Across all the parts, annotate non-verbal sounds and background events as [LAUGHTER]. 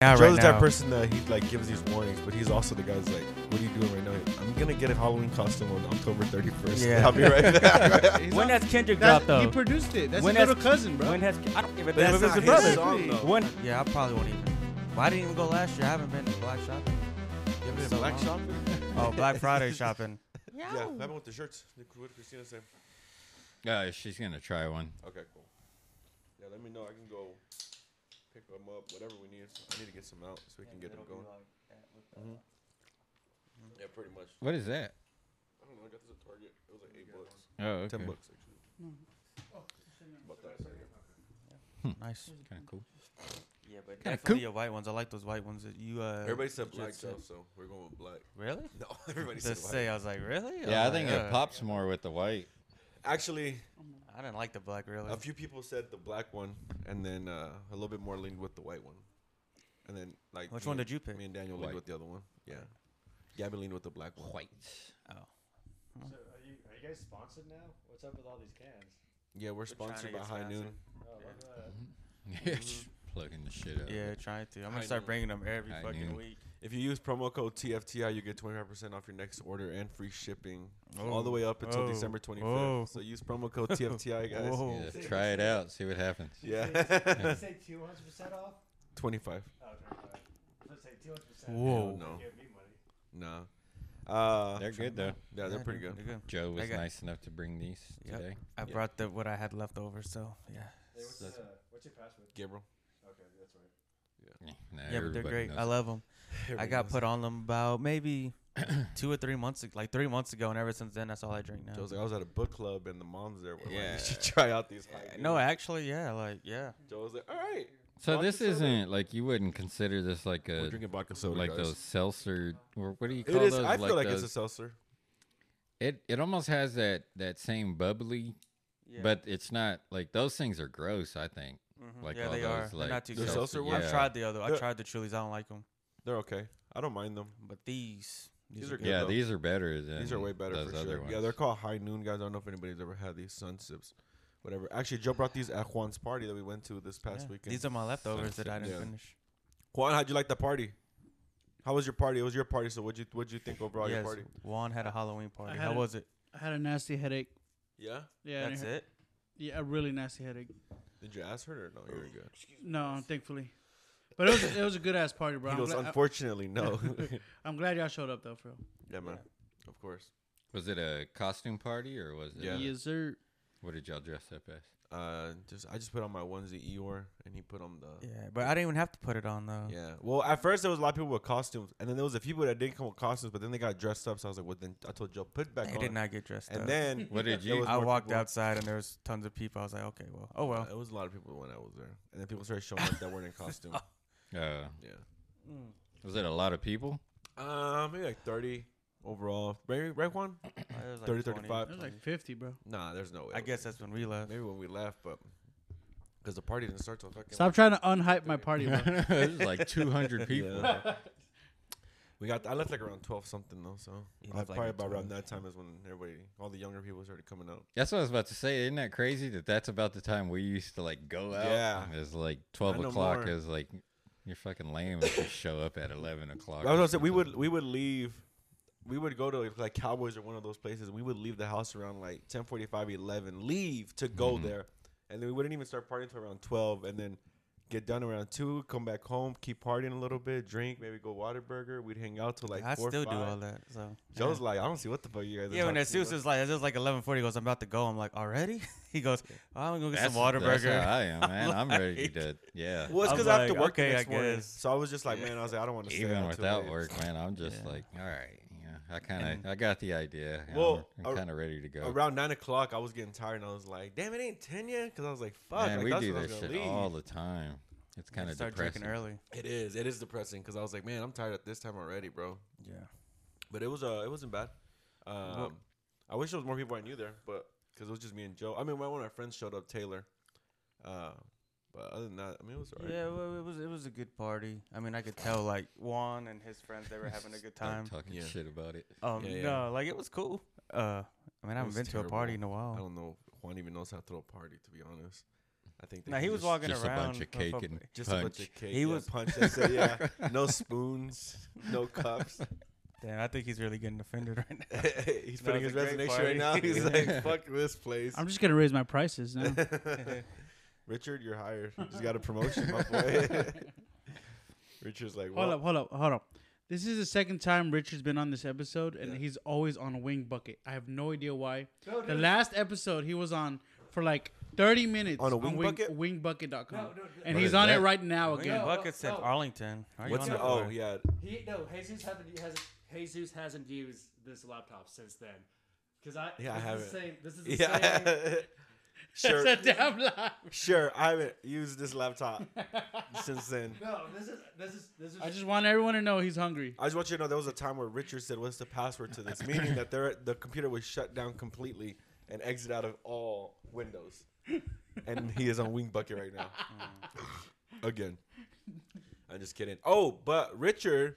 now, Joe's right the now. type of person that he like gives these warnings, but he's also the guy who's like, "What are you doing right now? I'm gonna get a Halloween costume on October 31st. Yeah. I'll be [LAUGHS] right back." He's When on- has Kendrick that- dropped though? He produced it. That's When his has- little cousin, bro. When has I don't give a That's damn if it's not his brother. his song, though. When Yeah, I probably won't even. Well, I didn't even go last year. I haven't been to Black Shopping. Give it so Black long. shopping. Oh, Black [LAUGHS] Friday shopping. Yeah, that one with the shirts. What did Christina say? Uh, she's gonna try one. Okay, cool. Yeah, let me know. I can go pick them up, whatever we need. I need to get some out so we can get them going. Yeah, pretty much. What is that? I don't know. I got this at Target. It was like eight bucks, Oh, okay. ten bucks actually. About that. Hmm. Hmm. Nice. Kind of cool. Yeah, but Kinda definitely your white ones. I like those white ones that you. Uh, Everybody said black, just said. Joe, so we're going with black. [LAUGHS] Really? No, everybody said Just black. say I was like, really? Yeah, I was think like, it uh, pops more with the white. Actually, I didn't like the black really. a few people said the black one, and then uh, a little bit more leaned with the white one, and then like Which me one and- did you pick? Me and Daniel White. leaned with the other one. Yeah, Gabby leaned with the black one. White. [LAUGHS] Oh. So are you are you guys sponsored now? What's up with all these cans? Yeah, we're trying to sponsored by get High Noon. sponsored. Oh, look at that. Yeah, just plugging the shit up. Mm-hmm. yeah, trying to. I'm I gonna start knew. bringing them every I fucking knew. week. If you use promo code TFTI, you get 25% off your next order and free shipping all the way up until Oh. December 25th. Oh. So use promo [LAUGHS] code TFTI, guys. Whoa. Yeah, try it out. See what happens. Did [LAUGHS] [LAUGHS] you Yeah. say two hundred percent off? 25. Oh, okay. Let's say two hundred percent. Whoa. No. Give me money. No. Uh, They're good though. yeah, they're pretty good. Joe was I got- nice enough to bring these Yep. today. I Yeah. brought the what I had left over, so yeah. Hey, what's, That's- uh, what's your password? Gabriel. Okay, that's right. yeah, Nah, but they're everybody great. knows. I love them. I got put on them about maybe [CLEARS THROAT] two or three months, ag- like three months ago, and ever since then, that's all I drink now. Joe's like, I was at a book club and the moms there were like, [LAUGHS] Yeah. you should try out these. High no, Noon." actually, yeah, like yeah. Joe was like, all right. so vodka this soda." isn't like you wouldn't consider this like We're a drinking vodka soda, like guys. those seltzer or what do you call It is. those? I feel like, it's a those- seltzer. it it almost has that that same bubbly, yeah. but it's not like those things are gross. I think Mhm. like yeah, all they those, are. like, They're not too The good. seltzer ones? I've Yeah. tried the other. I The- tried the Chili's. I don't like them, They're okay. I don't mind them. but these These are good. yeah, though. these are better than These are way better Mm, those for other sure. ones. Yeah, they're called High Noon guys. I don't know if anybody's ever had these Sun Sips, whatever. Actually, Joe brought these at Juan's party that we went to this past yeah. weekend. These are my leftovers that I Sunset. didn't Yeah. finish. Juan, how'd you like the party? How was your party? It was your party, so what'd you what'd you think overall your yes, party? Juan had a Halloween party. had How a- was it? I had a nasty headache. Yeah. Yeah, and That's it, it. Yeah, a really nasty headache. Did your ass hurt or no? Oh. You were good. No, thankfully, but it was it was a good ass party, bro. He I'm, goes, gla- [LAUGHS] unfortunately, no. [LAUGHS] I, am glad y'all showed up though, bro. yeah, man. Of course. Was it a costume party or was it? Yeah. Yes, sir. What did y'all dress up as? Uh, just I just put on my onesie Eeyore, and he put on the. Yeah, but I didn't even have to put it on though. Yeah. Well, at first there was a lot of people with costumes, and then there was a few people that didn't come with costumes, but then they got dressed up. So I was like, "Well, then I told Joe put it back They on." did not get dressed and up. then [LAUGHS] What did there you- was I more walked people. outside and there was tons of people. I was like, okay, well, oh well. It was a lot of people when I was there, and then people started showing up that weren't in [LAUGHS] costume. Oh. Uh, Yeah. was it a lot [LAUGHS] of people? Um, maybe like thirty overall. Maybe right one. It was like 20. 30, 35. It was like 50, bro. Nah, there's no way. I guess that's when we left. maybe when we left, but because the party didn't start till fucking. Stop trying to unhype my party, [LAUGHS] bro. it was like [LAUGHS] 200 people. Yeah. we got. I left like around twelve something though, so You I left, like, probably at about around that time is when everybody, all the younger people started coming out. That's what I was about to say. Isn't that crazy that that's about the time we used to like go out? Yeah. It was like 12 Not no o'clock. more. It was like, you're fucking lame if you show up at 11 o'clock. I was or gonna say we would something. we would leave. We would go to like Cowboys or one of those places, and we would leave the house around like 10:45, 11. Leave to go Mm-hmm. there, and then we wouldn't even start partying till around 12, and then get done around two. Come back home, keep partying a little bit, drink, maybe go Waterburger. We'd hang out till like I four. still five. do all that. So Joe's like, I don't see what the fuck you guys. are yeah, when talking Asus about." is like, it was like 11:40. He goes, I'm about to go. I'm like, already? [LAUGHS] He goes, "Oh, I'm gonna go get some That's, water that's [LAUGHS] how burger. I [LAUGHS] am, man. I'm ready to, yeah. Well, it's I was because I have to like, work okay, the next I morning. guess. So I was just like, man, I was like, I don't want to stay Even out too without late. work, man, I'm just Yeah. like, all right. Yeah, I kind And- of, I got the idea. and Well, I'm, ar- I'm kind of ready to go. Around nine o'clock, I was getting tired, and I was like, damn, it ain't ten yet, because I was like, fuck, man, like, we that's do when I that was shit gonna leave. all the time. It's kind of start depressing. drinking early. It is. It is depressing because I was like, man, I'm tired at this time already, bro. Yeah. But it was uh, it wasn't bad. Um, I wish there was more people I knew there, but because it was just me and Joe. I mean, one of my friends showed up, Taylor. Uh, but other than that, I mean, it was alright. Yeah, well, it was it was a good party. I mean, I could tell like Juan and his friends they [LAUGHS] were having a good Start time. talking Yeah. shit about it. Um, Yeah, yeah. no, like it was cool. Uh, I mean, I haven't was been to a terrible. Oh. party in a I while. don't know. if Juan even knows how to throw a party, to be honest. I think they Now he can was just- walking Just a around. bunch of cake motherfucker. and just a bunch punch. of cake. He yeah, was- [LAUGHS] punch. I said, yeah, no spoons, no cups. [LAUGHS] Damn, I think he's really getting offended [LAUGHS] right now. He's No, putting it's a his great resignation right now. party. [LAUGHS] He's like, fuck this place. I'm just gonna raise my prices now. [LAUGHS] Richard, you're hired. You just got a promotion, my boy. [LAUGHS] Richard's like, Hold well, up, hold up, hold up. This is the second time Richard's been on this episode, and Yeah. he's always on a wing bucket. I have no idea why. No, The dude. last episode he was on for like 30 minutes On a wing bucket? wing, wingbucket.com. No, no, no. and What he's is on it that? right now Wing again. No, buckets in no. Arlington. Why Are you what's on the, that oh for? [LAUGHS] yeah, He no. Jesus hasn't hasn't Jesus hasn't used this laptop since then. Because I Yeah, I this haven't. is the same. This is the same. [LAUGHS] yeah. sure, [LAUGHS] That's a damn lie. sure. I haven't used [LAUGHS] this laptop since then. No, this is this is this is. I just want everyone to know he's hungry. I just want you to know there was a time where Richard said, "What's the password to this?" Meaning that their the computer was shut down completely and exit out of all windows. And he is on Wingbucket right now. Again, I'm just kidding. Oh, but Richard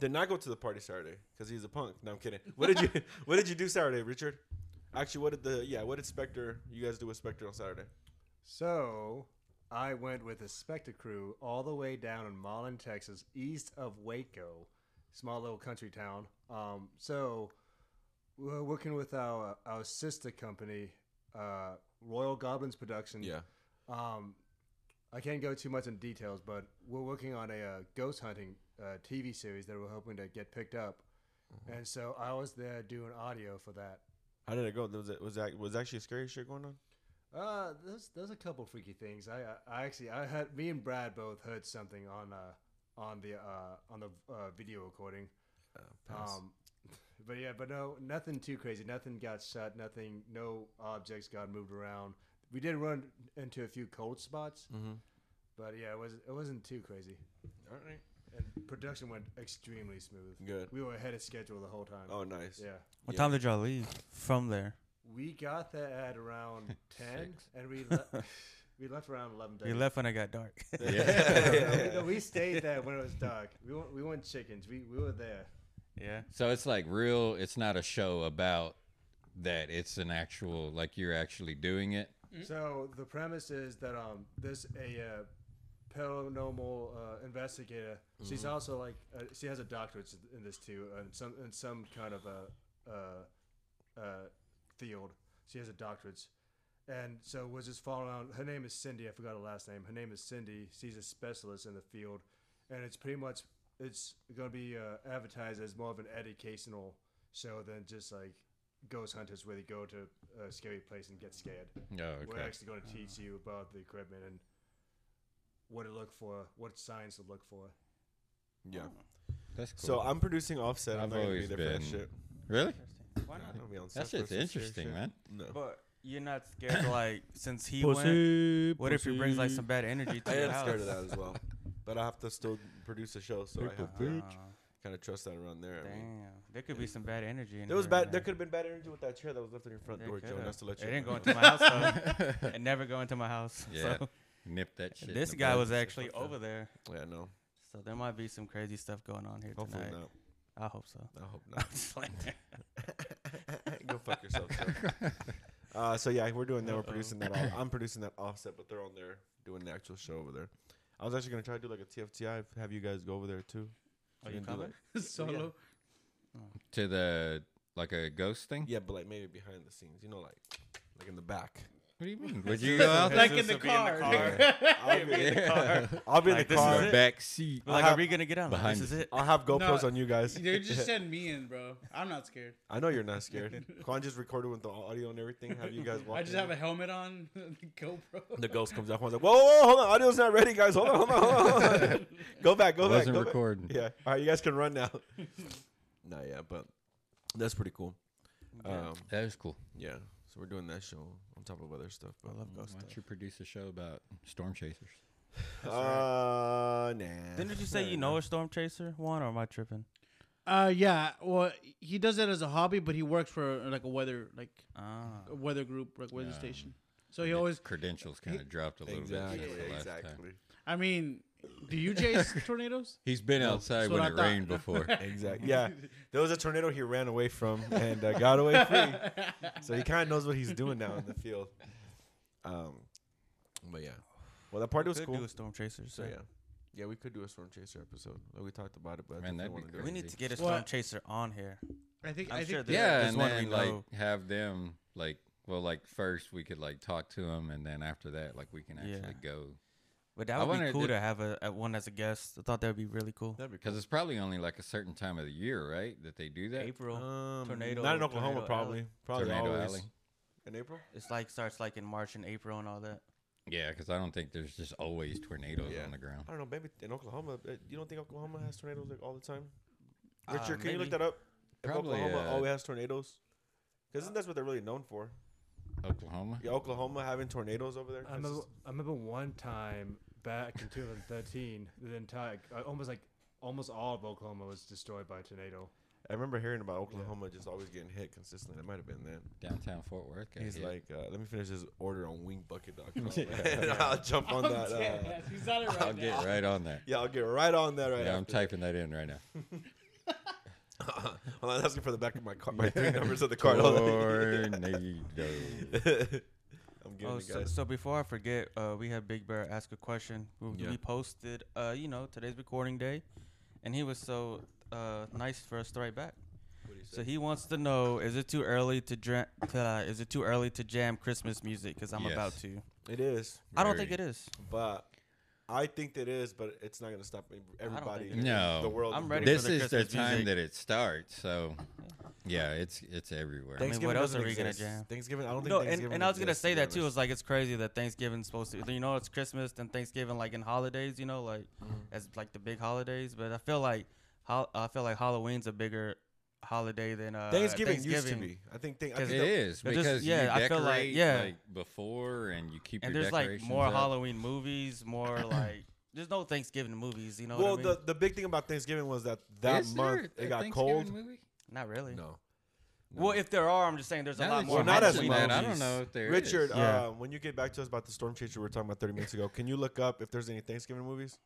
did not go to the party Saturday because he's a punk. No, I'm kidding. What did you [LAUGHS] What did you do Saturday, Richard? Actually, what did the yeah? What did Spectre? You guys do with Spectre on Saturday? So I went with a Spectre crew all the way down in Marlin, Texas, east of Waco, small little country town. Um, so we're working with our our sister company, uh, Royal Goblins Production. Um, I can't go too much in details, but we're working on a uh, ghost hunting uh, TV series that we're hoping to get picked up. And so I was there doing audio for that. How did it go? Was it was that was actually scary shit going on? Uh, there's there's a couple freaky things. I I I actually I heard me and Brad both heard something on uh on the uh on the uh, video recording. Oh, Um, [LAUGHS] but yeah, but no, nothing too crazy. Nothing got shut. Nothing. No objects got moved around. We did run into a few cold spots, Mhm. but yeah, it was it wasn't too crazy. all right. And production went extremely smooth. Good. We were ahead of schedule the whole time. Oh, nice. Yeah. What Yeah. time did y'all leave from there? We got there [LAUGHS] at around ten, Six. and we le- we left around eleven. We left when it got dark. [LAUGHS] [LAUGHS] Yeah. [LAUGHS] No, we- no, we stayed there when it was dark. We want, we want chickens. We, we were there. yeah. So it's like real. It's not a show about that. It's an actual like you're actually doing it. So the premise is that um, this a uh, paranormal uh, investigator. Mm-hmm. She's also like uh, she has a doctorate in this too, and some in some kind of a uh, uh, field. She has a doctorate, and so was just following. Around. Her name is Cindy. I forgot her last name. Her name is Cindy. She's a specialist in the field, and it's pretty much it's going to be uh, advertised as more of an educational show than just like ghost hunters where they go to a scary place and get scared Oh, we're okay. actually going to teach you about the equipment and what to look for, what signs to look for. Yeah. That's cool. So I'm producing offset. I'm I've not gonna be always there for that been- shit. really, Why Nah, I don't be on set that for some shit's serious interesting, shit. man. No. But you're not scared, [COUGHS] like, since he went. What if he brings, [LAUGHS] like, some bad energy to I the am house? scared of that [LAUGHS] as well. But I have to still produce a show, so I People have to bitch. kind of trust that around there. I mean, Damn. There could be some bad energy in there was here bad. and There could have been bad energy with that chair that was left in your front There door, Joe. coulda. Just to let you. It didn't know. go into my house, though. It never go into my house. Yeah. So Nip that shit. in this the guy bud. was actually over there. [LAUGHS] yeah, no. So there might be some crazy stuff going on here Hopefully tonight. I hope so. [LAUGHS] not. I hope I'm not. just [LAUGHS] playing. go fuck yourself. [LAUGHS] Joe. uh, so yeah, we're doing that. We're Uh-oh. producing that. Off, I'm producing that offset, but they're on there doing the actual show over there. I was actually gonna try to do like a TFTI. Have you guys go over there too? Are We you can do coming? like- Solo. [LAUGHS] to the like a ghost thing. Yeah, but like maybe behind the scenes, you know, like like in the back. What do you mean? Would you go out there? Like Jesus in will the be in the car. car. [LAUGHS] [LAUGHS] I'll be, Yeah. [LAUGHS] I'll be Like, in this the is car. it. back seat. Like, have- are we gonna get on? Like, Behind this is it. it. I'll have GoPros No, on you guys. [LAUGHS] [LAUGHS] They just send me in, bro. I'm not scared. I know you're not scared. Quan just recorded with the audio and everything. Have you guys walk? I just in. have a helmet on, [LAUGHS] GoPro. the ghost comes out. [LAUGHS] Quan's like, whoa, whoa, whoa, hold on, audio's not ready, guys. Hold on, hold on, hold on. [LAUGHS] go back, go back, Wasn't go back. recording. Yeah, all right, you guys can [LAUGHS] run now. nah, yeah, but that's pretty cool. Um, That is cool. yeah, so we're doing that show on top of other stuff. But, I love Why ghost don't stuff. you produce a show about storm chasers? uh, nah. Didn't you say you know a storm chaser one, or am I tripping? Uh, yeah. Well, he does it as a hobby, but he works for uh, like a weather, like Ah, a weather group, like weather Yeah. station. So he always. Credentials kind of dropped a little Exactly, bit. since the last time. exactly, I mean, do you chase tornadoes? He's been that's outside what when I it thought. rained before. exactly. Yeah, there was a tornado he ran away from and uh, got [LAUGHS] away free. So he kind of knows what he's doing now in the field. Um, But yeah. Well, that part was could cool. do a storm chaser. so yeah. Yeah, we could do a Storm Chaser episode. Like, we talked about it, but I Man, think I that'd be wanna do it. we need to get a storm Well- chaser on here. I think I'm i think sure that- Yeah, Yeah, just and wanted to then like know- have them like well like first we could like talk to them and then after that like we can actually Yeah. go But that would I be wonder cool if- to have a, a one as a guest. I thought that would be really cool. That'd be because cool. it's probably only like a certain time of the year, right? That they do that. April Um, tornado. Not in Oklahoma, tornado probably. alley. Probably Tornado always. Alley. In April? It's like starts like in March and April and all that. Yeah, because I don't think there's just always tornadoes Yeah. on the ground. I don't know, maybe in Oklahoma. uh, You don't think Oklahoma has tornadoes like all the time? Uh, Richard, can you maybe. look that up? If Probably, Oklahoma uh, always has tornadoes, because isn't that what they're really known for? Oklahoma. Yeah, Oklahoma having tornadoes over there. I That's remember, just- I remember one time back in 2013, [LAUGHS] the entire uh, almost like almost all of Oklahoma was destroyed by a tornado. I remember hearing about Oklahoma just always getting hit consistently. It might have been then. Downtown Fort Worth. got He's hit. like, uh, let me finish this order on wingbucket.com. [LAUGHS] and I'll jump [LAUGHS] on I'm [LAUGHS] that. Uh, dead. He's on [LAUGHS] it right now. I'll get right on that. yeah, I'll get right on that [LAUGHS] right yeah, I'm after. [LAUGHS] typing that in right now. Well, I'm asking for the back of my car, my three [LAUGHS] numbers of the card. Hold on. Tornado. [LAUGHS] I'm giving Oh, you so, guys. so before I forget, uh, we had Big Bear ask a question. We, Yeah. we posted, uh, you know, today's recording day, and he was so uh, nice for us to write back. So he wants to know: Is it too early to jam? Uh, is it too early to jam Christmas music? Because I'm about Yes. to. It is. I don't think it Very. is. But I think that is, but it's not going to stop everybody. think it in is. The No. world. I'm is ready doing This for the is the Christmas time music. that it starts. So, yeah, it's it's everywhere. it. mean, what else doesn't are we gonna exist. jam? Thanksgiving. I don't think. No, and, Thanksgiving and I was gonna exists, say be that too. honest. It's like it's crazy that Thanksgiving's supposed to. You know, it's Christmas and Thanksgiving like in holidays. You know, like as like the big holidays. But I feel like hol- I feel like Halloween's a bigger holiday than uh, Thanksgiving, Thanksgiving. used to be. I think. Thank, I It Because think that- is They're because just- yeah, you I decorate feel like- like, yeah. before and you keep And your there's like decorations more up. Halloween movies, more like there's no Thanksgiving movies. You know, Well, what I mean? the, the big thing about Thanksgiving was that that Is there month a it got Thanksgiving cold. Movie? not really. No. Well, if there are, I'm just saying there's a Now lot that more. you Well, not as mention Halloween that, I movies. don't know if Oh, there is. Richard, Yeah. uh, when you get back to us about the storm chaser we were talking about 30 minutes ago, can you look up if there's any Thanksgiving movies?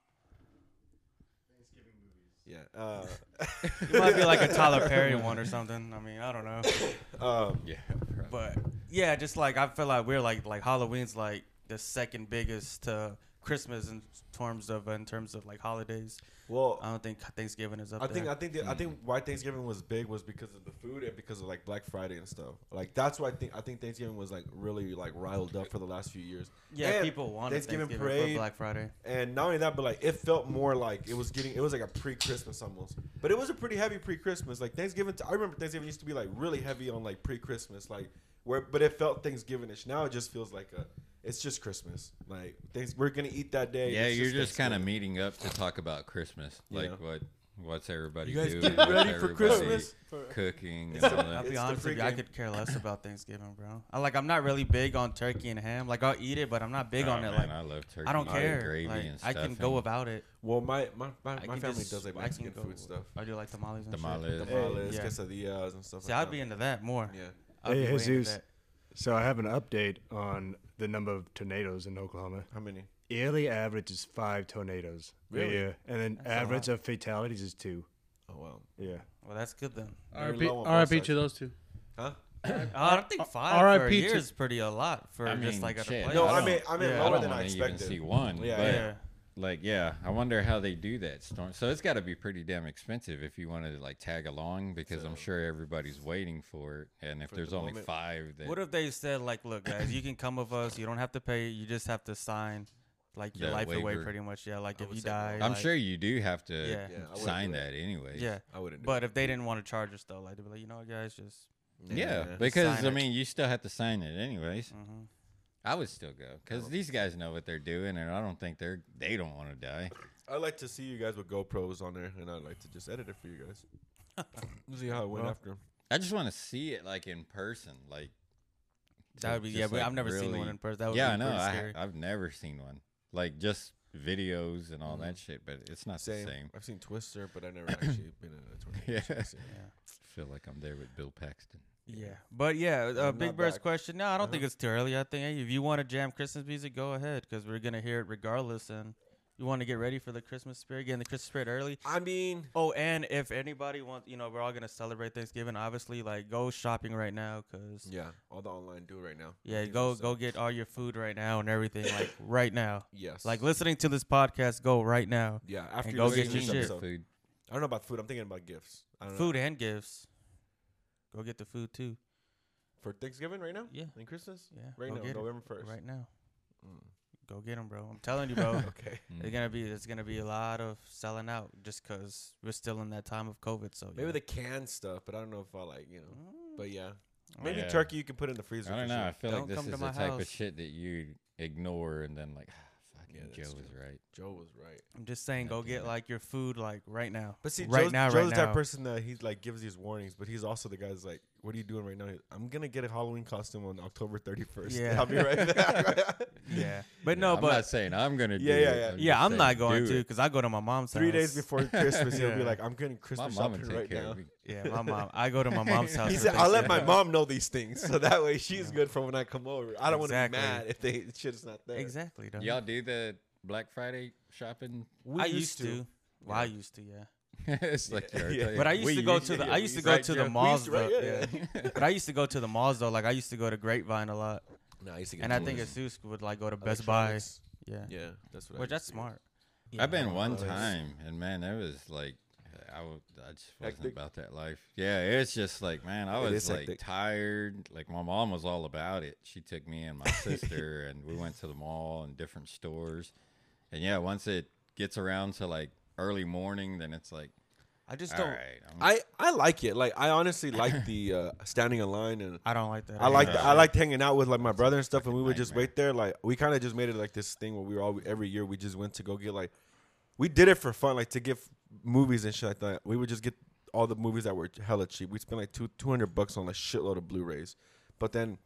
Thanksgiving movies. Yeah. Uh, It might be like a Tyler Perry one or something. I mean, I don't know. um, yeah, probably. But yeah, just like I feel like we're like like Halloween's like the second biggest to Christmas in terms of in terms of like holidays. well, I don't think Thanksgiving is up I there. think I think the, I think why Thanksgiving was big was because of the food and because of like Black Friday and stuff. Like that's why I think I think Thanksgiving was like really like riled up for the last few years. yeah, And people want Thanksgiving, for Black Friday. and not only that, but like it felt more like it was getting it was like a pre-Christmas almost. But it was a pretty heavy pre-Christmas. Like Thanksgiving, I remember Thanksgiving used to be like really heavy on like pre-Christmas, like where but it felt Thanksgiving-ish. Now it just feels like a it's just Christmas. Like things we're gonna eat that day. yeah, It's you're just kind of Thanksgiving. meeting up to talk about Christmas, like Yeah. what what's everybody You guys doing? get what's ready for everybody Christmas? Cooking. And It's all the- I'll that. it's be the honest with you, I pregame. could care less about Thanksgiving, bro. I like I'm not really big on turkey and ham. Like I'll eat it, but I'm not big Oh, on it. man, like I love turkey. I don't and care. Gravy Like, and I can stuff go and without it. Well, my my my, I my can family just- does like I can Mexican go- food stuff. I do like tamales and Tamales. shit. Tamales, Yeah. quesadillas, and stuff. See, like I'd that. be into that more. Yeah. I'd be Hey, way into Jesus. that. So I have an update on the number of tornadoes in Oklahoma. How many? Yearly average is five tornadoes. Really? Yeah, and then a average of fatalities is two. Oh wow. Yeah. Well, that's good then. Very RIP, low on both RIP sides. to those two. Huh? [LAUGHS] Oh, I don't think five for a RIP year to- is pretty a lot for I just mean, like at a shit, place. No, I I, don't- mean I mean yeah, I I lower don't than want I to even expected. see one. Yeah, but yeah. like yeah, I wonder how they do that storm. So it's got to be pretty damn expensive if you wanted to like tag along because I'm sure everybody's waiting for it. And if there's the only moment. five, then What if they said like, look, guys, you can come with us. You don't have to pay. You just have to sign like your The life away, waiver. pretty much. Yeah, like if would you say no. die. I'm like- sure you do have to Yeah. Yeah, I wouldn't sign do it. that anyway. Yeah, I wouldn't. do but if they didn't want to charge us though, like they'd be like, you know what, guys, just it. Yeah, because Sign I it. mean, you still have to sign it anyways. mhm. I would still go because these guys know what they're doing, and I don't think they're they don't want to die. I'd like to see you guys with GoPros on there, and I'd like to just edit it for you guys. see how it went Well, after. I just want to see it like in person, like that would be yeah. just, But like, I've never seen one really- in person. That would yeah, be I know. pretty I, scary. ha- I've never seen one like just videos and all that shit, but it's not Mm-hmm. Same. the same. I've seen Twister, but I've [COUGHS] never actually been in a tornado. Yeah. so I've seen it. yeah. feel like I'm there with Bill Paxton. Yeah, but yeah, uh, I'm Big not Uh-huh. Bird's back. question. No, I don't think it's too early. I think hey, if you want to jam Christmas music, go ahead because we're gonna hear it regardless, and you want to get ready for the Christmas spirit, get in the Christmas spirit early. I mean, Oh, and if anybody wants, you know, we're all gonna celebrate Thanksgiving. Obviously, like go shopping right now, cause yeah, all the online do it right now. yeah, These go are go some- get all your food right now and everything [LAUGHS] like right now. Yes. Like listening to this podcast, go right now. Yeah, after and you go listen get to your this shit. episode. food. I don't know about food. I'm thinking about gifts. I don't know. Food and gifts. Go get the food too. for Thanksgiving right now. Yeah. And Christmas. Yeah, Right go now, get it. November first. Right now, Mm. go get them, bro. I'm telling you, bro. [LAUGHS] Okay. It's gonna be there's gonna be a lot of selling out just because we're still in that time of COVID. So Maybe yeah. Mm. the canned stuff, but I don't know if I like you know. But yeah, maybe Oh, Yeah. turkey you can put in the freezer. I for don't know. sure. I feel Don't like this come is to the my type of house. shit that you ignore and then like, "Ah, fucking Yeah, that's Joe true. is right. Joe was right. I'm just saying, go get like your food like right now. But see, right Joe's, now, Joe's right the now. type of person that he's like gives these warnings, but he's also the guy that's like, "What are you doing right now?" He- I'm gonna get a Halloween costume on October 31st. Yeah. I'll be [LAUGHS] right back. [LAUGHS] yeah, but Yeah, no, I'm but not saying I'm Yeah, gonna. do yeah, it. yeah. just yeah, I'm saying not going do to it. because I go to my mom's. Three days house. [LAUGHS] before Christmas, he'll be Yeah. like, "I'm getting My Christmas mom shopping would take right care now." of me. Yeah, my mom. I go to [LAUGHS] my mom's house. He for said, "I'll let my [LAUGHS] Thanksgiving." mom know these things, so that way she's good for when I come over. I don't Exactly. want to be mad if they shit's not there." Exactly. Though. Y'all do the Black Friday shopping. [LAUGHS] We I used to. Well, I used to. Yeah. it's like Yeah, your yeah. But I used we to go used to the. yeah, I we used to used go to- to Yeah, the we malls to- though. right, yeah, Yeah. But I used to go to the malls though. Like I used to go to Grapevine a lot, No, I used to get and I those think Asus would like go to Best Buy. electronics. Yeah. Yeah, that's what. I Which used that's to do. smart. I've been one those. time, and man, that was like, I, w- I just wasn't Hectic. about that life. Yeah, it's just like, man, I It was is like hectic. tired. Like my mom was all about it. She took me and my sister, and we went to the mall and different stores. And yeah, once it gets around to like early morning, then it's like, I just all don't. right, I'm- I I like it. Like I honestly like [COUGHS] the uh, standing in line and I don't like that. I liked Yeah. I liked hanging out with like my brother and stuff, and we would just nightmare. wait there. Like we kind of just made it like this thing where we were all every year we just went to go get like we did it for fun, like to get f- movies and shit like that. We would just get all the movies that were hella cheap. We spent like two two hundred bucks on a shitload of Blu-rays, but then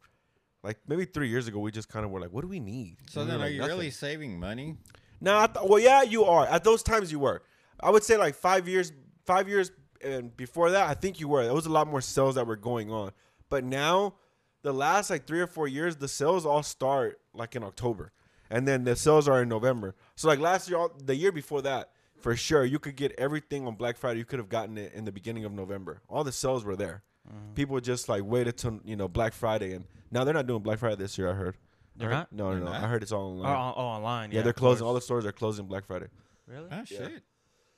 like maybe three years ago we just kind of were like, what do we need? so And we then, were are like, you Mm, "Nothing." really saving money? No, I th- well, yeah, you are. At those times, you were. I would say like five years, five years, and before that, I think you were. There was a lot more sales that were going on, but now, the last like three or four years, the sales all start like in October, and then the sales are in November. So like last year, all- the year before that, for sure, you could get everything on Black Friday. You could have gotten it in the beginning of November. All the sales were there. Mm-hmm. People just like waited till you know Black Friday, and now they're not doing Black Friday this year. I heard. They're I heard- not? No, no, no. I heard it's all Oh, online. oh, oh, online. Yeah, Yeah, they're of course. closing. All the stores are closing Black Friday. Really? Oh shit,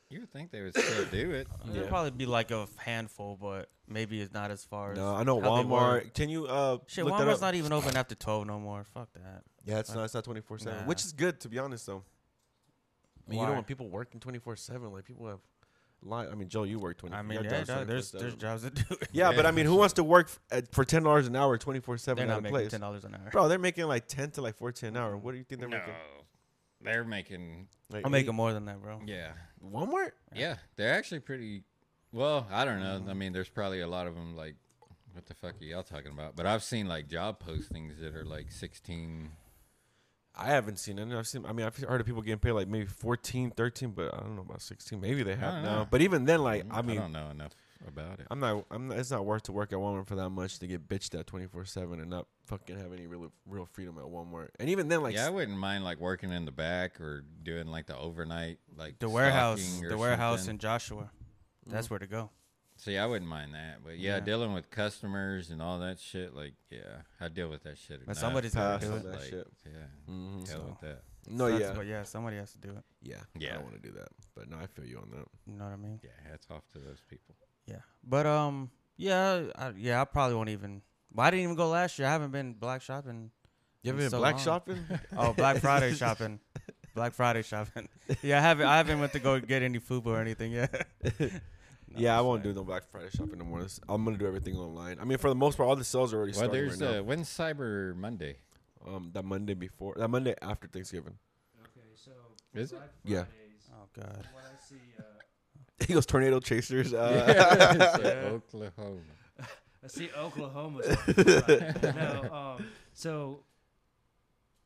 you would think they would still do it. There'll probably be like a handful, but maybe it's not as far. No, as I know how they work. Walmart. Can you uh Shit, look that Walmart's up? not even open after twelve no more. Fuck that. yeah, it's not. It's not twenty four seven, Nah. which is good to be honest though. I mean, you Why? don't want people working twenty four seven. Like people have. Li- I mean, Joe, you work twenty. I mean, yeah, dog, there's there's jobs that do it. [LAUGHS] yeah, but I mean, who wants to work f- at, for ten dollars an hour, twenty four They're seven not at a making place? ten dollars an hour. Bro, they're making like ten to like fourteen an hour. What do you think they're No, making? they're making Like I'm eight- making more than that, bro. yeah. Walmart. Yeah, they're actually pretty. Well, I don't know. I mean, there's probably a lot of them. Like, what the fuck are y'all talking about? But I've seen like job postings that are like 16. I haven't seen any. I've seen. I mean, I've heard of people getting paid like maybe 14, 13, but I don't know about sixteen. Maybe they have don't now. know. But even then, like, I mean, I don't know enough about it. I'm not. I'm. Not, it's not worth to work at Walmart for that much to get bitched at 24 seven and not fucking have any real real freedom at Walmart. And even then, like, yeah, I s- wouldn't mind like working in the back or doing like the overnight, like The warehouse, stocking or the warehouse something. in Joshua. Mm. That's where to go. See, I wouldn't mind that, but yeah, Yeah. dealing with customers and all that shit, like, yeah, I deal with that shit. But enough, somebody's gotta Pass do on it. that like, shit. Yeah, Mhm. deal So- with that. no, Sucks, yeah, But yeah, somebody has to do it. yeah, I Yeah. don't want to do that. But no, I feel you on that. You know what I mean? Yeah, hats off to those people. Yeah. But um, yeah, I, yeah, I probably won't even. Well, I didn't even go last year. I haven't been black shopping. You ever It's been so black long. shopping? Oh, Black Friday shopping. Black Friday shopping. [LAUGHS] Yeah, I haven't. I haven't went to go get any food or anything [LAUGHS] yet. [LAUGHS] yeah, I won't do no Black Friday shopping no more. This- I'm gonna do everything online. I mean, for the most part, all the sales are already Well, starting there's right now. uh, when's Cyber Monday? um, that Monday before, that Monday after Thanksgiving. [LAUGHS] Okay, so Is it? Black Yeah. Fridays, Oh God. What I see, uh, he goes tornado chasers. Uh, [LAUGHS] Yeah, it's like [LAUGHS] [LAUGHS] Oklahoma. I see Oklahoma's. on Black Friday. no, [LAUGHS] um, so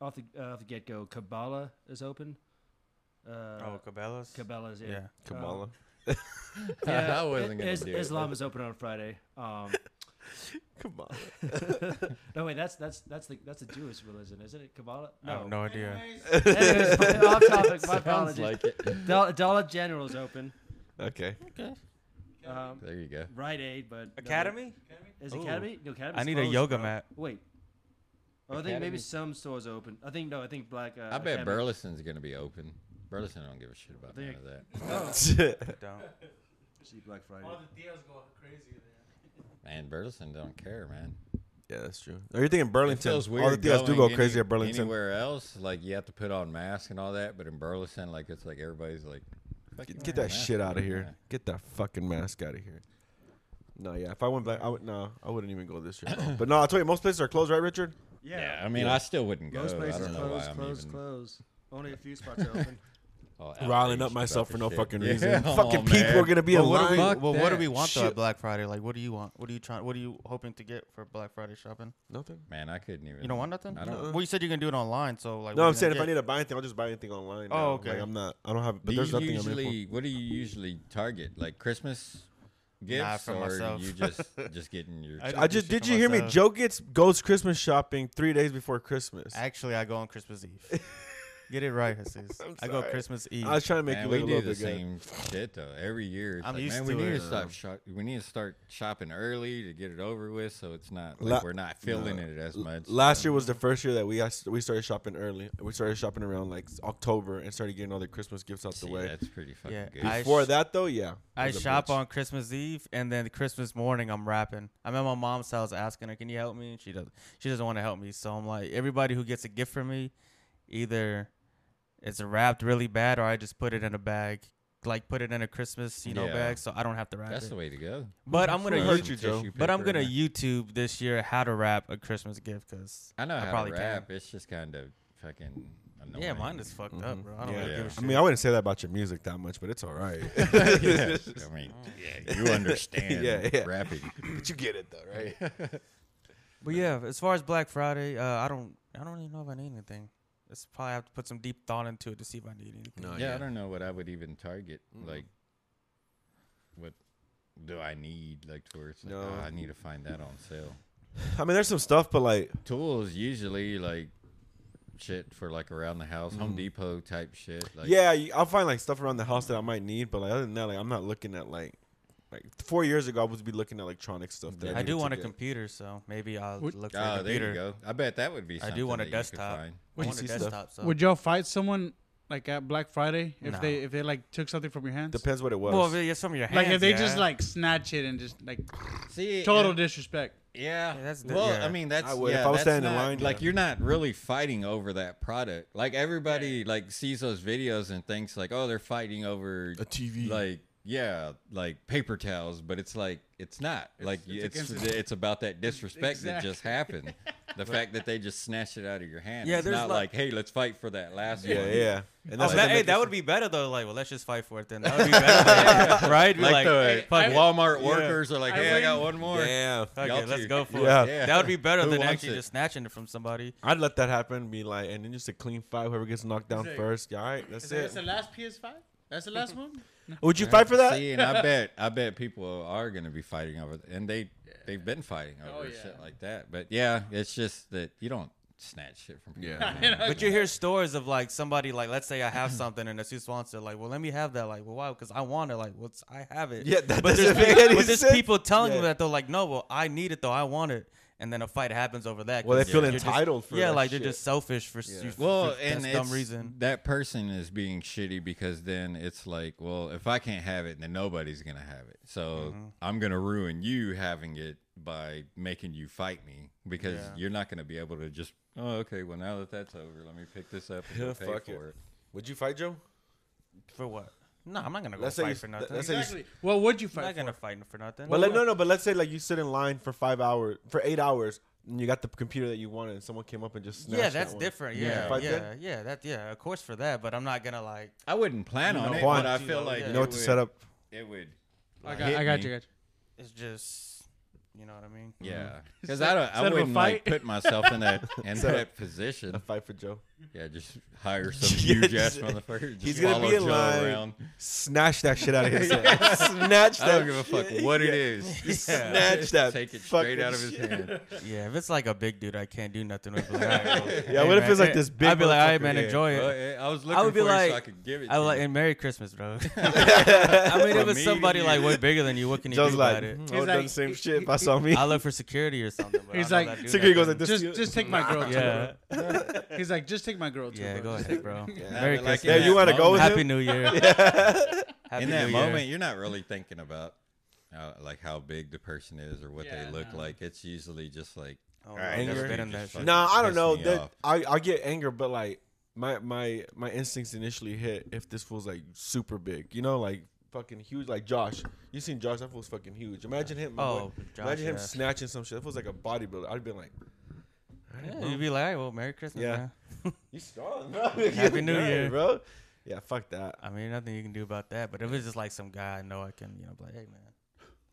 off the uh, off the get go, Kabbalah is open. Uh, Oh, Cabela's. Cabela's, yeah. Yeah. Um, Kamala. [LAUGHS] I wasn't gonna Is- do it. [LAUGHS] Islam is open on Friday. Um, Come on. No wait, that's that's that's the that's the Jewish religion, isn't it? Kabbalah. I have no idea. [LAUGHS] Anyways, my- off topic. My Sounds apologies. like it. Dollar, Dollar General's open. Okay. [LAUGHS] Um, There you go. Rite Aid, but Academy? is Ooh. Academy? No, Academy. I need a yoga mat. Wait. Oh, I think maybe Academy. some stores open. I think no. I think black. Uh, I bet Academy- Burleson's gonna be open. Burleson don't give a shit about I none think- of that. Don't. Oh. See Black Friday. the deals going crazy there. Man, Burleson don't care, man. yeah, that's true. Are you thinking It Burlington? All feels weird. the deals do go going crazy any- at Burlington. Anywhere else, like you have to put on masks and all that, but in Burleson, like it's like everybody's like, "Fuck Get, you wearing get a that mask, shit out of man." here. Get that fucking mask out of here. No, yeah. If I went back, I would no. I wouldn't even go this year. at all. but no, I tell you, most places are closed, right, Richard? Yeah, I mean, I still wouldn't go. Most I places don't know close, why I'm close, even close. Only a few spots are open. all Riling outraged up about myself the for no shit. fucking [LAUGHS] Yeah, reason. come fucking on, people man. are gonna be Well, in what do we? line. Fuck Well, what do that. we want though Shit. at Black Friday? Like, what do you want? What are you trying? What are you hoping to get for Black Friday shopping? Nothing. Man, I couldn't even. You don't want nothing. I don't. Well, you said you're gonna do it online, so like. No, I'm saying if I need to buy anything, I'll just buy anything online. Oh, now. okay. Like, I'm not. I don't have. But do there's you nothing. I'm in for. usually what do you usually target? Like Christmas gifts, Nah, for or myself. you [LAUGHS] just just getting your. I- I just Usually did for you hear me? myself. Joe gets goes Christmas shopping three days before Christmas. Actually, I go on Christmas [LAUGHS] Eve. Get it right, Jesus. I'm I go sorry. Christmas Eve. I was trying to make Man, you we look a do little the bit good. same shit though every year. It's I'm like, used man, we to need it. to stop. Shop- we need to start shopping early to get it over with, so it's not like La- we're not feeling it as much. Last year was the first year that we asked, we started shopping early. We started shopping around like October and started getting all the Christmas gifts out the See, way. that's pretty fucking Yeah, good. I- Before sh- that though, yeah, I it was a shop bitch. on Christmas Eve, and then Christmas morning I'm rapping. I'm at my mom's house asking her, "Can you help me?" And she doesn't. She doesn't want to help me. So I'm like, everybody who gets a gift from me, either it's wrapped really bad, or I just put it in a bag, like put it in a Christmas, you know, Yeah. bag, so I don't have to wrap That's it. the way to go. But I'm gonna, Who hurt YouTube- you, Joe? Tissue but I'm paper gonna and- YouTube this year how to wrap a Christmas gift because I know I how probably to rap. It's just kind of fucking annoying. yeah, mine is fucked up, bro. I don't Yeah. really give Yeah. a shit. Mm-hmm. I mean, I wouldn't say that about your music that much, but it's [LAUGHS] all right. [LAUGHS] [LAUGHS] yeah, [LAUGHS] I mean, yeah, you understand Yeah, yeah. rapping. but you get it though, [LAUGHS] right? But yeah, as far as Black Friday, uh, I don't, I don't even know if I need anything. It's probably have to put some deep thought into it to see if I need anything. Oh, yeah, I don't know what I would even target. Like, what do I need? Like, to where it's like, No. oh, I need to find that on sale. I mean, there's some stuff, but like, Tools usually like shit for like around the house, Home Depot type shit. Like, Mm-hmm. yeah, you- I'll find like stuff around the house that I might need, but like other than that, like I'm not looking at like. Like four years ago, I would be looking at electronic stuff. That I do want a compare. computer, so maybe I'll Would- look for a Oh, there you computer. go. I bet that would be. I Something do want a that you could desktop. find. I Would want a you see stuff? desktop. So. Would y'all fight someone like at Black Friday if No. they if they like took something from your hands? Depends what it was. well, if it's from your hands. like if they yeah. just like snatch it and just like See, total and- disrespect. Yeah. Yeah, that's di- well, yeah. I mean, that's I would. yeah, If I was that's standing in not- line, like yeah. you're not really fighting over that product. Like everybody like sees those videos and thinks like, oh, they're fighting over A TV. Like yeah, like paper towels, but it's like it's not. like it's it's it's, against it. about that disrespect that just happened. The fact that they just snatched it out of your hand. Yeah, it's there's not like- like, hey, let's fight for that last yeah, one. yeah. And Oh, that, what they hey, make that us- would be better though. Like, well, let's just fight for it then. That would be [LAUGHS] better, like, right? Be Like, like, the fuck, fuck it, Walmart workers are like, I hey, I got wouldn't- one more. Yeah. fuck it, y'all let's two. go for Yeah. it. That would be better Who than wants actually it? just snatching it from somebody. I'd let that happen. Be like, and then just a clean fight. Whoever gets knocked down Is it- first. Yeah, all right, that's it. last PS5? That's the last [LAUGHS] one. Would you fight for that? See, and I bet I bet people are going to be fighting over, and they they've been fighting over yeah. shit like that. But yeah, it's just that you don't snatch shit from [LAUGHS] people. Yeah. man. But you hear stories of like somebody like let's say I [LAUGHS] have something and it's sponsored like well let me have that like well why because I want it like what's I have it Yeah, that but there's, doesn't make any but there's sense. people telling Yeah. them that they're like no well I need it though I want it and then a fight happens over that Well, they 'cause feel they're just- entitled for yeah that like shit. they're just selfish for, Yeah. for, Well, for and that it's, dumb reason that person is being shitty because then it's like, well, if I can't have it, then nobody's gonna have it. So Mm-hmm. I'm gonna ruin you having it by making you fight me because Yeah. you're not gonna be able to just. Oh, okay. Well, now that that's over, let me pick this up and Yeah, go pay fuck it. for it. Would you fight Joe? for what no I'm not gonna go Let's say fight you- for nothing let's say you- Exactly. Well, would you I'm fight not for? gonna fight for nothing But let, no, no. But let's say like you sit in line for five hours, for eight hours, and you got the computer that you wanted, and someone came up and just snatched yeah that that's one. different Yeah. yeah yeah Fight yeah, that? that yeah of course for that but I'm not gonna like I wouldn't plan You on know it, what? but I You feel know, like yeah. You know what it to would- set up? It would. I got, I got you. I got you. it's just You know what I mean? Yeah, because I don't. I Instead of a wouldn't like fight. put myself in [LAUGHS] that in So- that A position. fight for Joe. Yeah, just [LAUGHS] hire some Yeah, huge ass just- motherfucker. Just he's gonna be follow in Joe line. around. Snatch that shit out of his hand. Snatch I that. don't give a fuck shit. what it Yeah. is. [LAUGHS] Just [LAUGHS] snatch that. Take it fucking straight out of his shit. hand. Yeah, if it's like a big dude, I can't do nothing with. [LAUGHS] Like, yeah, Yeah, what if it's like this big? I'd be like, all right, motherfucker? man, Yeah. enjoy Well, it. eh, I was looking I would be for it so I like- could give it. I to like you. and Merry Christmas, [LAUGHS] bro. [LAUGHS] [LAUGHS] I mean, if From it's me somebody to like you. [LAUGHS] way bigger than you, what can you Joe's do like, "Hmm, "Mm." about it? I would have like- done the same he- shit if he- I saw me. I look for security or something. but I He's know like- that dude Security not goes gonna- like this. Just, to you. just take my girl. [LAUGHS] too, Yeah, bro. He's like, just take my girl. Too, yeah, bro. go ahead, bro. Yeah, Merry but like Christmas. in Yeah, you that wanna go moment- with Happy him? New [LAUGHS] Year. Happy in that New Year. moment, you're not really thinking about how, like how big the person is or what Yeah, they look no. like. It's usually just like Oh, Alright, I've anger. been in that Just shit. fuck. No, I don't pissed know. me That off. I I get anger, but like my my my instincts initially hit if this fool's like super big, you know, like fucking huge, like Josh. You seen Josh? That fool's fucking huge. Imagine him. my Oh, boy. Josh, imagine him yeah. snatching some shit. That fool's like a bodybuilder. I'd been like, Yeah, you'd be like, all right, well, Merry Christmas. Yeah. man." [LAUGHS] you [LAUGHS] strong, bro. Happy New Year. bro. Yeah, fuck that. I mean, nothing you can do about that. But if it's just like some guy I know, I can, you know, be like, hey, man,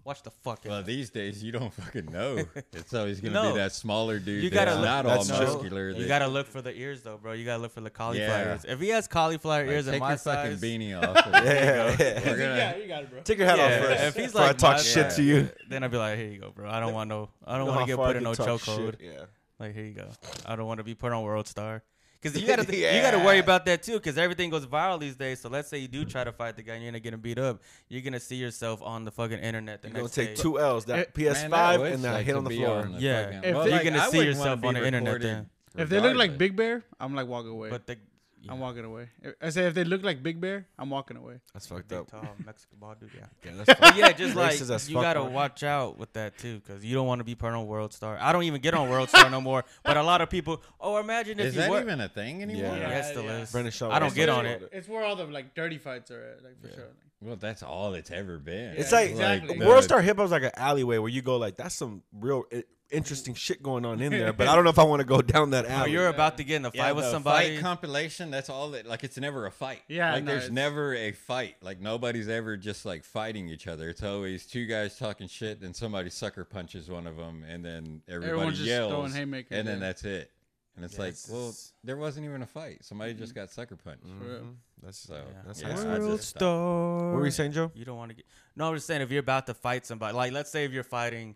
watch the fuck well out. these days you don't fucking [LAUGHS] know. It's always gonna No. be that smaller dude You that's gotta look, not that's all true. muscular. You that- gotta look for the ears though, bro. You gotta look for the cauliflower Yeah. ears. If he has cauliflower like, ears take at my your fucking size, [LAUGHS] beanie off. and- Yeah. We're Yeah, gonna, you got it, bro. Take your hat Yeah, off first. if he's before I like talk my shit size- to you. then I'd be like, here you go, bro. I don't want no, I don't Know want how to get far I put in can no talk chokehold. shit. Yeah. Like here you go. I don't want to be put on World Star. Cause you gotta th- you gotta Yeah. worry about that too, because everything goes viral these days. So let's say you do try to fight the guy and you end up getting beat up, you're gonna see yourself on the fucking internet the You're gonna next take day. two L's. That Eh, Man, I PS5 would and that like hit to on the be floor. the Yeah. fucking- If well, they- like, You're gonna I see wouldn't wanna yourself be on the internet recorded then. If they look like regardless. Big Bear, I'm like walking away. But the yeah, I'm walking away. If- I say if they look like Big Bear, I'm walking away. That's fucked big, up. tall Mexican ball dude, yeah. [LAUGHS] Yeah, that's fucked But yeah, just like Racist as you fuck, gotta bro. watch out with that too, because you don't want to be put on World Star. I don't even get on World Star no more. But a lot of people, oh, imagine if Is you that were. even a thing anymore? Yeah. yes, the Yeah, list. Brendan Shaw I don't was get like- on it. Mm-hmm. It's where all the like dirty fights are at, like for sure. Well, that's all it's ever been. It's Yeah, like, exactly. the- World Star Hip Hop's like an alleyway where you go like that's some real i- interesting [LAUGHS] shit going on in there, [LAUGHS] but I don't know if I want to go down that Oh, alley. you're about to get in a fight Yeah, with the somebody. Fight compilation. That's all. That, like it's never a fight. Yeah, Like no, there's it's- never a fight. Like nobody's ever just like fighting each other. It's always two guys talking shit, and somebody sucker punches one of them, and then everybody Everyone's just yells, throwing haymakers, and then yeah. that's it. And it's Yeah, like, it's- well, there wasn't even a fight. Somebody just Mm-hmm. got sucker punched. Mhm. That's So That's yeah, how it's I done. World just stopped. Star. what were you saying, Joe? You don't want to get. No, I'm just saying if you're about to fight somebody, like let's say if you're fighting,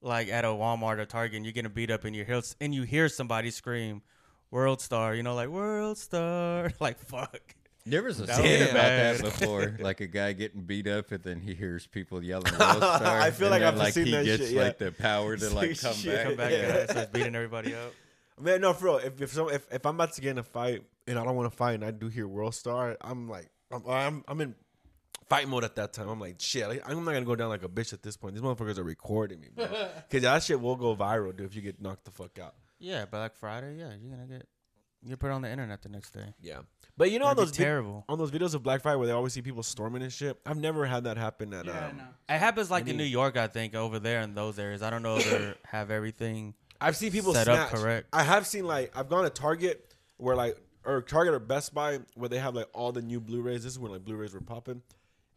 like at a Walmart or Target, and you're getting beat up, and you hear and you hear somebody scream, "World Star," you know, like "World Star," [LAUGHS] like fuck. There was a That story was about bad. that before, [LAUGHS] like a guy getting beat up, and then he hears people yelling. "World Star," I feel and like then, I've like seen he that gets shit, yeah. like the power to [LAUGHS] like come Shit. back. Come back Yeah. and starts beating everybody up. Man, no, for real. If if, some, if if I'm about to get in a fight and I don't want to fight and I do hear World Star, I'm like, I'm I'm, I'm in fight mode at that time. I'm like, shit, like, I'm not gonna go down like a bitch at this point. These motherfuckers are recording me, bro. [LAUGHS] Because that shit will go viral, dude. If you get knocked the fuck out. Yeah, Black Friday. Yeah, you're gonna get. You put it on the internet the next day. Yeah, but you know It'd on be those vid- terrible. on those videos of Black Friday where they always see people storming and shit. I've never had that happen at um, It happens like in New York, I think, over there in those areas. I don't know if [COUGHS] they have everything. I've seen people Set up snatch. correct. I have seen like I've gone to Target where like or Target or Best Buy where they have like all the new Blu-rays. This is when like Blu-rays were popping,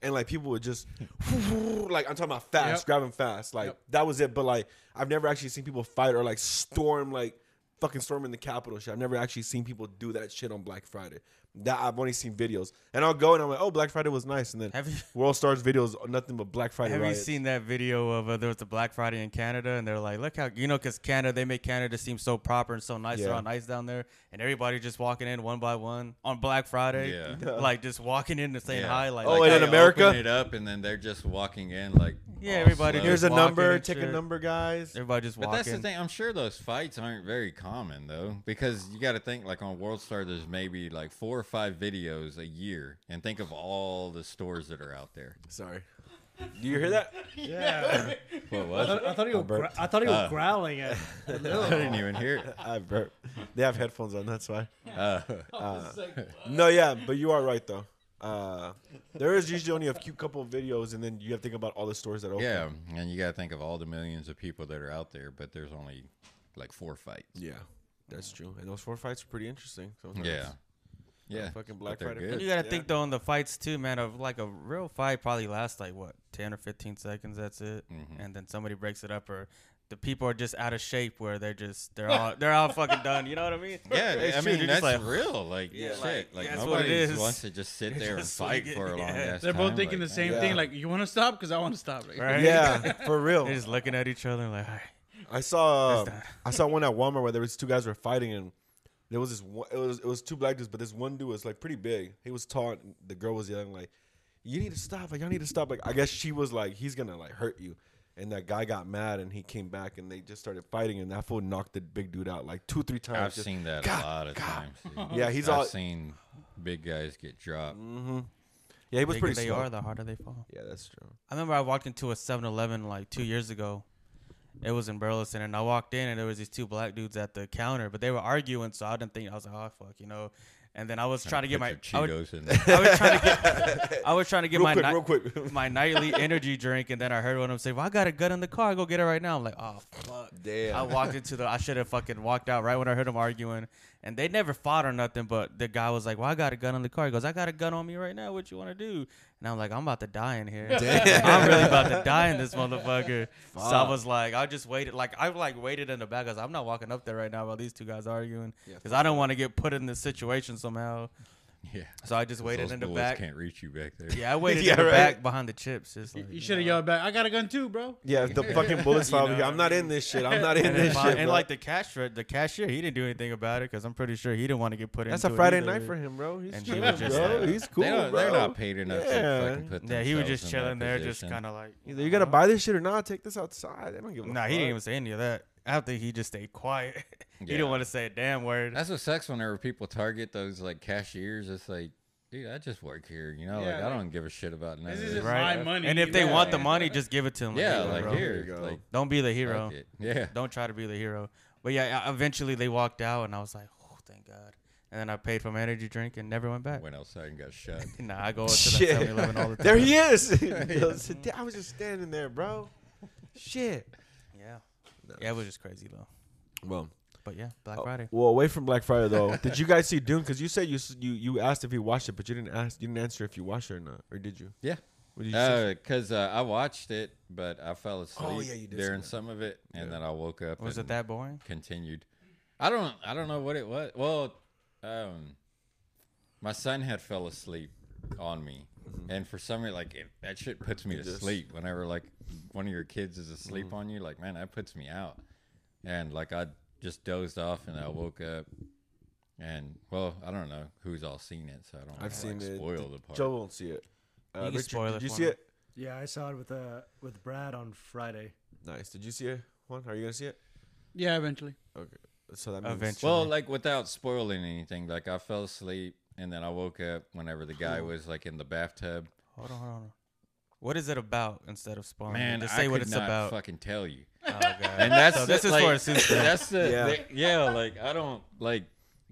and like people would just [LAUGHS] like I'm talking about fast, Yep. grabbing fast. Like that was it. But like I've never actually seen people fight or like storm like fucking storming the Capitol shit. I've never actually seen people do that shit on Black Friday. That I've only seen videos, and I'll go and I'm like, oh, Black Friday was nice, and then Have you- World Stars videos are nothing but Black Friday. Have you riots. seen that video of uh, there was a Black Friday in Canada, and they're like, look how you know, because Canada they make Canada seem so proper and so nice. They're Yeah. all nice down there, and everybody just walking in one by one on Black Friday, Yeah. like just walking in and saying Yeah. hi, like, Oh, and yeah, in they America? open it up, and then they're just walking in like Yeah, all everybody slow. Here's a Just walking number. and Take a shit. number, guys. everybody just But walking. that's the thing. I'm sure those fights aren't very common though, because you got to think like on World Star, there's maybe like four or five videos a year, and think of all the stores that are out there. Sorry. Do you hear that? Yeah. What I, was it? thought, [LAUGHS] I thought he was gro- burped. I thought he was Uh. growling [LAUGHS] at. [LAUGHS] I didn't even hear [LAUGHS] it. I burp. They have headphones on, that's why. Uh, No, yeah, but you are right though. Uh, there is usually only a few couple of videos, and then you have to think about all the stores that open. yeah, and you got to think of all the millions of people that are out there, but there's only like four fights. yeah, that's true. And those four fights are pretty interesting. Sometimes. Yeah. Yeah, fucking but Black they're Friday. good. And you got to Yeah. think though on the fights too, man. Of like a real fight probably lasts like what ten or fifteen seconds. That's it, and then somebody breaks it up, or the people are just out of shape where they're just they're all they're all fucking done. You know what I mean? Yeah, [LAUGHS] It's I true, mean you're just that's like, [SIGHS] real. Like Yeah, shit. like, Like, that's what it nobody is. wants to just sit there and just fight swing for a it, long yeah. ass They're both time, thinking like, the same man. Yeah. thing. Like, you want to stop? Because I want to stop. Like, Right? [LAUGHS] Yeah, for real. They're just looking at each other like, all right. I saw uh, That's I saw one at Walmart where there was two guys were fighting and there was this one, it was it was two black dudes but this one dude was like pretty big he was tall and the girl was yelling like you need to stop like y'all need to stop like I guess she was like he's gonna like hurt you and that guy got mad and he came back and they just started fighting and that fool knocked the big dude out like two three times I've just- seen that God, a lot of times. [LAUGHS] dude. Yeah, he's I've all- seen big guys get dropped. Mm, yeah he was bigger pretty they slow. are, the harder they fall. yeah that's true I remember I walked into a 7-Eleven like two years ago. It was in Burleson, and I walked in, and there was these two black dudes at the counter, but they were arguing, so I didn't think I was like, oh fuck, you know. And then I was trying to get my Put I your would- [LAUGHS] Cheetos in there. [LAUGHS] I was trying to get I was trying to get Real my quick, ni- real [LAUGHS] quick. my nightly energy drink, and then I heard one of them say, "Well, I got a gun in the car. Go get it right now." I'm like, "Oh fuck!" Damn. I walked into the. I should have fucking walked out right when I heard them arguing, and they never fought or nothing. But the guy was like, "Well, I got a gun in the car." He goes, "I got a gun on me right now. What you want to do?" And I'm like, "I'm about to die in [LAUGHS] here. I'm really about to die in this motherfucker." So I was like, I just waited. Like I like waited in the back. I was, like, I'm not walking up there right now while these two guys arguing because I don't want to get put in this situation somehow. Yeah. So I just 'Cause waited those in the boys back. Can't reach you back there. Yeah, I waited [LAUGHS] Yeah, in the right. back behind the chips. Just like, you should have yelled back, I got a gun too, bro. [LAUGHS] yeah if the fucking bullets fly over here I'm not in this shit I'm not in And, then this my- shit and bro. like the cash re- the cashier, he didn't do anything about it because I'm pretty sure he didn't want to get put in. that's a Friday night for him bro he's And he chill was just bro like- heese cool [LAUGHS] They don't, bro They're not paid enough Yeah. to fucking put Yeah, he was themselves just in that chilling there, just position. kind of like. Either you gotta buy this shit or not. Take this outside. They don't give a Uh-huh. Nah, fuck. he didn't even say any of that. I don't think he just stayed quiet. [LAUGHS] he Yeah. didn't want to say a damn word. That's what sucks whenever people target those like cashiers. It's like, dude, I just work here. You know, Yeah, like I like- don't give a shit about none of This is this. just my money. And if they Yeah. want the money, just give it to them. Yeah, you know, like bro. There you here, go. like Don't be the hero. fuck it. [LAUGHS] Yeah, Don't try to be the hero. But yeah, I- eventually they walked out, and I was like, oh, thank God. And then I paid for my energy drink and never went back. went outside and got shot. Nah, I go [LAUGHS] to Shit. that 7-Eleven all the time. There he is. [LAUGHS] I was just standing there, bro. Shit. Yeah. Yeah, it was just crazy though. Well, But yeah, Black Oh. Friday. well, away from Black Friday though, did you guys see Dune? Because you said you s- you you asked if you watched it, but you didn't ask. You didn't answer if you watched it or not, or did you? Yeah. What did you see? Oh, Because uh, I watched it, but I fell asleep yeah, you did say during that. some of it, and then I woke up. Was it and that boring? Continued. I don't. I don't know what it was. Well, um, my son had fell asleep on me, and for some reason, like it, that shit puts me to Mm-hmm. just- Mm-hmm. sleep. Whenever like one of your kids is asleep on you, like man, that puts me out. And like I just dozed off, and I Mm-hmm. woke up. And well, I don't know who's all seen it, so I don't. I've seen like, it. Spoil Did- the part. Joe won't see it. Uh, You can Richard, spoil it did you for see me. it? Yeah, I saw it with uh with Brad on Friday. Nice. Did you see it? Juan? Are you gonna see it? Yeah, eventually. Okay. So that means Eventually. Well, like without spoiling anything, like I fell asleep and then I woke up whenever the guy was like in the bathtub. Hold on, hold on. hold on. What is it about instead of spawning? Oh, Man, just I say what could it's not about. fucking tell you. Oh, God. [LAUGHS] And that's so the- this is like, for a sister. [LAUGHS] That's the Yeah. yeah. yeah, like I don't like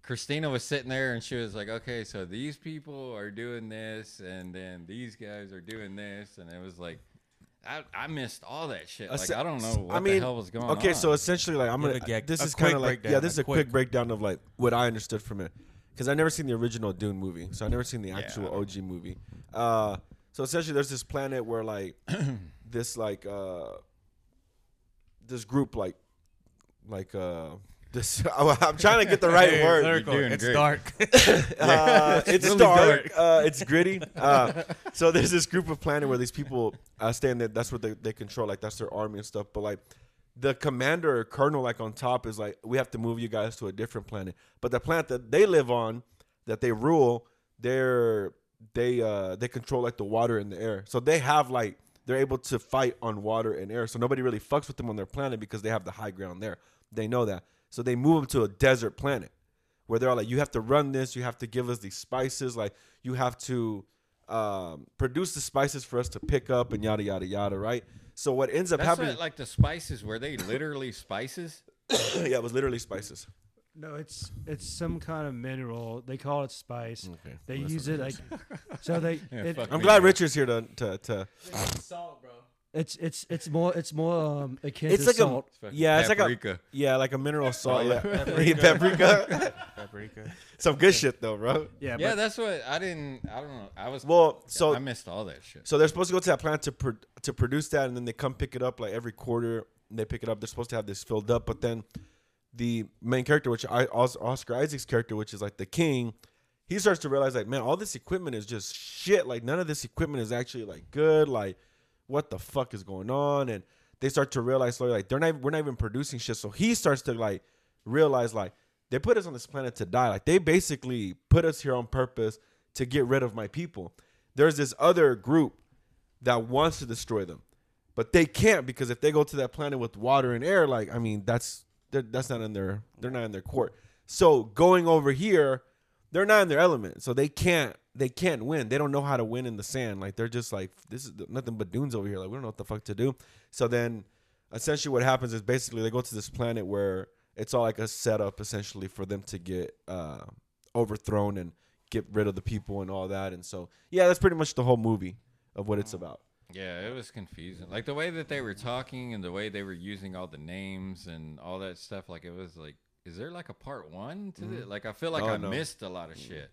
Christina was sitting there and she was like, "Okay, so these people are doing this, and then these guys are doing this," and it was like, I, I missed all that shit. Like Esse- I don't know what I mean, the hell was going on. Okay, so essentially, like I'm Give gonna. a gag- this a is kind of quick like yeah, breakdown, this is a a quick. quick- breakdown of like what I understood from it, because I never seen the original Dune movie, so I never seen the actual OG movie. Uh, so essentially, there's this planet where [COUGHS] like this like uh, this group like like uh this [LAUGHS] I'm trying to get the right word. Lyrical. doing It's great. dark. [LAUGHS] Uh, it's dark. Uh, it's gritty. Uh, so there's this group of planet where these people uh, stay in there. That's what they, they control. Like that's their army and stuff. But like the commander or colonel, like on top, is like, we have to move you guys to a different planet. But the planet that they live on, that they rule, they're they uh they control like the water and the air. So they have like they're able to fight on water and air. So nobody really fucks with them on their planet because they have the high ground there. They know that. So they move them to a desert planet where they're all like, you have to run this, you have to give us these spices, like you have to um, produce the spices for us to pick up, and yada yada yada, right? So what ends up that's happening? what, like the spices were they literally spices? [CLEARS THROAT] yeah, it was literally spices. No, it's it's some kind of mineral. They call it spice. Okay. They use it like so they. it, [LAUGHS] fuck I'm me. glad Richard's here to to, to It's salt, bro. It's it's it's more it's more um akin It's to like a- salt. fucking Yeah, it's like a- paprika. Oh, Yeah, like a mineral salt. Yeah, Paprika. [LAUGHS] [LAUGHS] paprika. paprika. Some good shit though, bro. yeah, Yeah, but that's what I didn't. I don't know. I was Well, so I missed all that shit. So they're supposed to go to that plant to pro- to produce that, and then they come pick it up like every quarter. And they pick it up. They're supposed to have this filled up, but then the main character, which I Os- Oscar Isaac's character, which is like the king, he starts to realize like, man, all this equipment is just shit. Like none of this equipment is actually like good. Like what the fuck is going on? And they start to realize slowly like they're not we're not even producing shit. So he starts to like realize like they put us on this planet to die. Like they basically put us here on purpose to get rid of my people. There's this other group that wants to destroy them, but they can't because if they go to that planet with water and air, like I mean, that's they're, that's not in their they're not in their court. So going over here, they're not in their element, so they can't they can't win. They don't know how to win in the sand. Like they're just like this is nothing but dunes over here. Like we don't know what the fuck to do. So then, essentially, what happens is basically they go to this planet where it's all like a setup essentially for them to get uh, overthrown and get rid of the people and all that. And so yeah, that's pretty much the whole movie of what it's about. Yeah, it was confusing. Like the way that they were talking and the way they were using all the names and all that stuff. Like it was like, is there like a part one to it? Like I feel like Oh, I no. missed a lot of shit.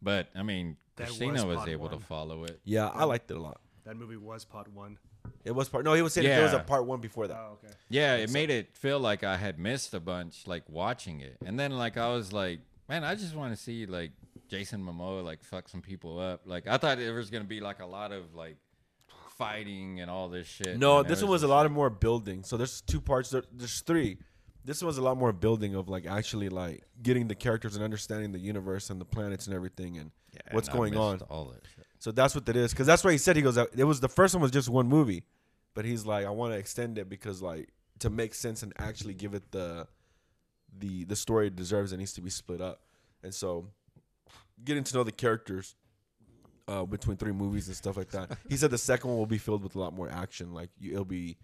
But I mean, That Christina was was, part able one. to follow it. Yeah, I liked it a lot. that movie was part one. It was part. No, he was saying that there was a Yeah. part one before Oh, that. okay. Yeah, it made it feel like I had missed a bunch, like watching it. And then like I was like, man, I just want to see like Jason Momoa like fuck some people up. Like I thought there was gonna be like a lot of like fighting and all this shit. No, and it this one was a lot just, of more building. So there's two parts. There, there's three. This one was a lot more building of like actually like getting the characters and understanding the universe and the planets and everything and Yeah, what's and I going on. missed All that shit. So that's what it is. Because that's what he said. He goes, uh, it was the first one was just one movie, but he's like, I want to extend it because like to make sense and actually give it the the the story it deserves. It needs to be split up. And so getting to know the characters uh, between three movies and stuff like that. he said the second one will be filled with a lot more action. Like you, it'll be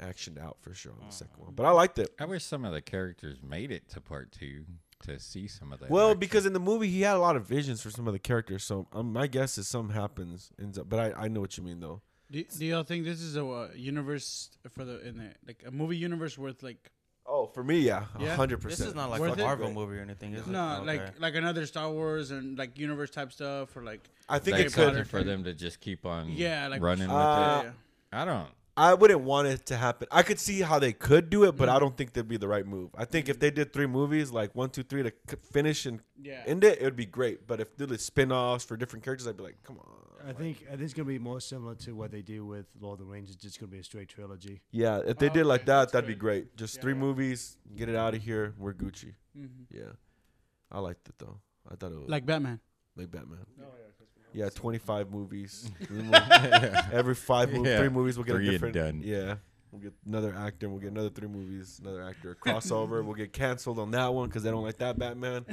actioned out for sure on the second one. But I liked it. I wish some of the characters made it to part two to see some of that. Well, action. because in the movie he had a lot of visions for some of the characters, so um, my guess is some happens ends up. But I, I know what you mean though. Do, do y'all think this is a uh, universe for the in the like a movie universe worth like Oh, for me, yeah, a Yeah? hundred This percent. is not like Worth a it? Marvel movie or anything, is it? no Okay. like like another Star Wars and like universe type stuff or like I think Like, it something could. for them to just keep on Yeah, like- Mm. running Uh, with it. I don't. I wouldn't want it to happen. I could see how they could do it, but I don't think that'd be the right move. I think if they did three movies, like one, two, three, to c- finish and yeah yeah. end it, it would be great. But if they did spin offs for different characters, I'd be like, come on. I think I think it's gonna be more similar to what they do with Lord of the Rings. It's just gonna be a straight trilogy. Yeah, if they Oh, did like okay, that, that's that'd be good. great. Just Yeah, three yeah. movies, get it out of here. We're Gucci. hmm Yeah, I liked it though. I thought it was like, like Batman. Batman. Oh, yeah, Yeah, twenty five [LAUGHS] movies. Every five, mo- Yeah. three movies, we'll get Three a and different. done. Yeah, we'll get another actor. and We'll get another three movies, another actor. Crossover. we'll get canceled on that one because they don't like that Batman.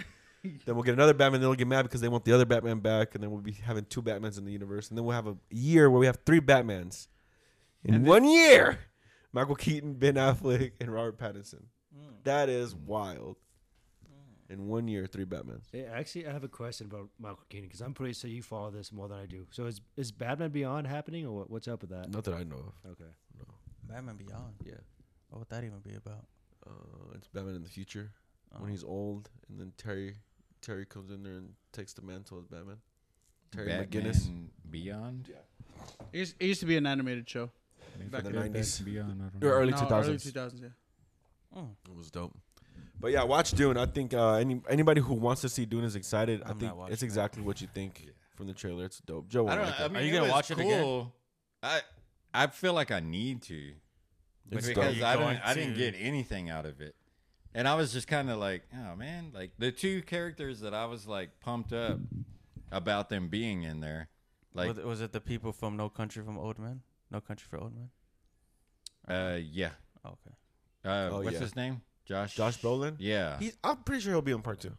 then we'll get another Batman. They'll get mad because they want the other Batman back, and then we'll be having two Batmans in the universe, and then we'll have a year where we have three Batmans in one year. Michael Keaton, Ben Affleck, and Robert Pattinson. That is wild. In one year, three Batmans. Yeah, actually, I have a question about Michael Keaton because I'm pretty sure you follow this more than I do. So is is Batman Beyond happening, or what, what's up with that? Not that I know of. Okay. Batman Beyond. Yeah. What would that even be about? Uh, it's Batman in the future. Oh. when he's old, and then Terry Terry comes in there and takes the mantle as Batman. Terry McGinnis Batman Beyond. It used, it used to be an animated show. Maybe Back they in did the that 90s. Beyond. I don't Or know. early No, two thousands. Early two thousands. Yeah. Mm. It was dope. But yeah, watch Dune. I think uh, any anybody who wants to see Dune is excited. i I'm not think watching it's that. exactly what you think from the trailer. It's dope. Joe, I won't don't. like I it. mean, Are you it gonna was watch it again? cool. I I feel like I need to It's because dope. I You're didn't. I going didn't to. get anything out of it, and I was just kind of like, oh man, like the two characters that I was like pumped up about them being in there, was, like was it the people from No Country from Old Men? No Country for Old Men. uh yeah, Oh, okay. uh Oh, what's yeah. his name? Josh. Josh Brolin. Yeah. He's, I'm pretty sure he'll be on part two.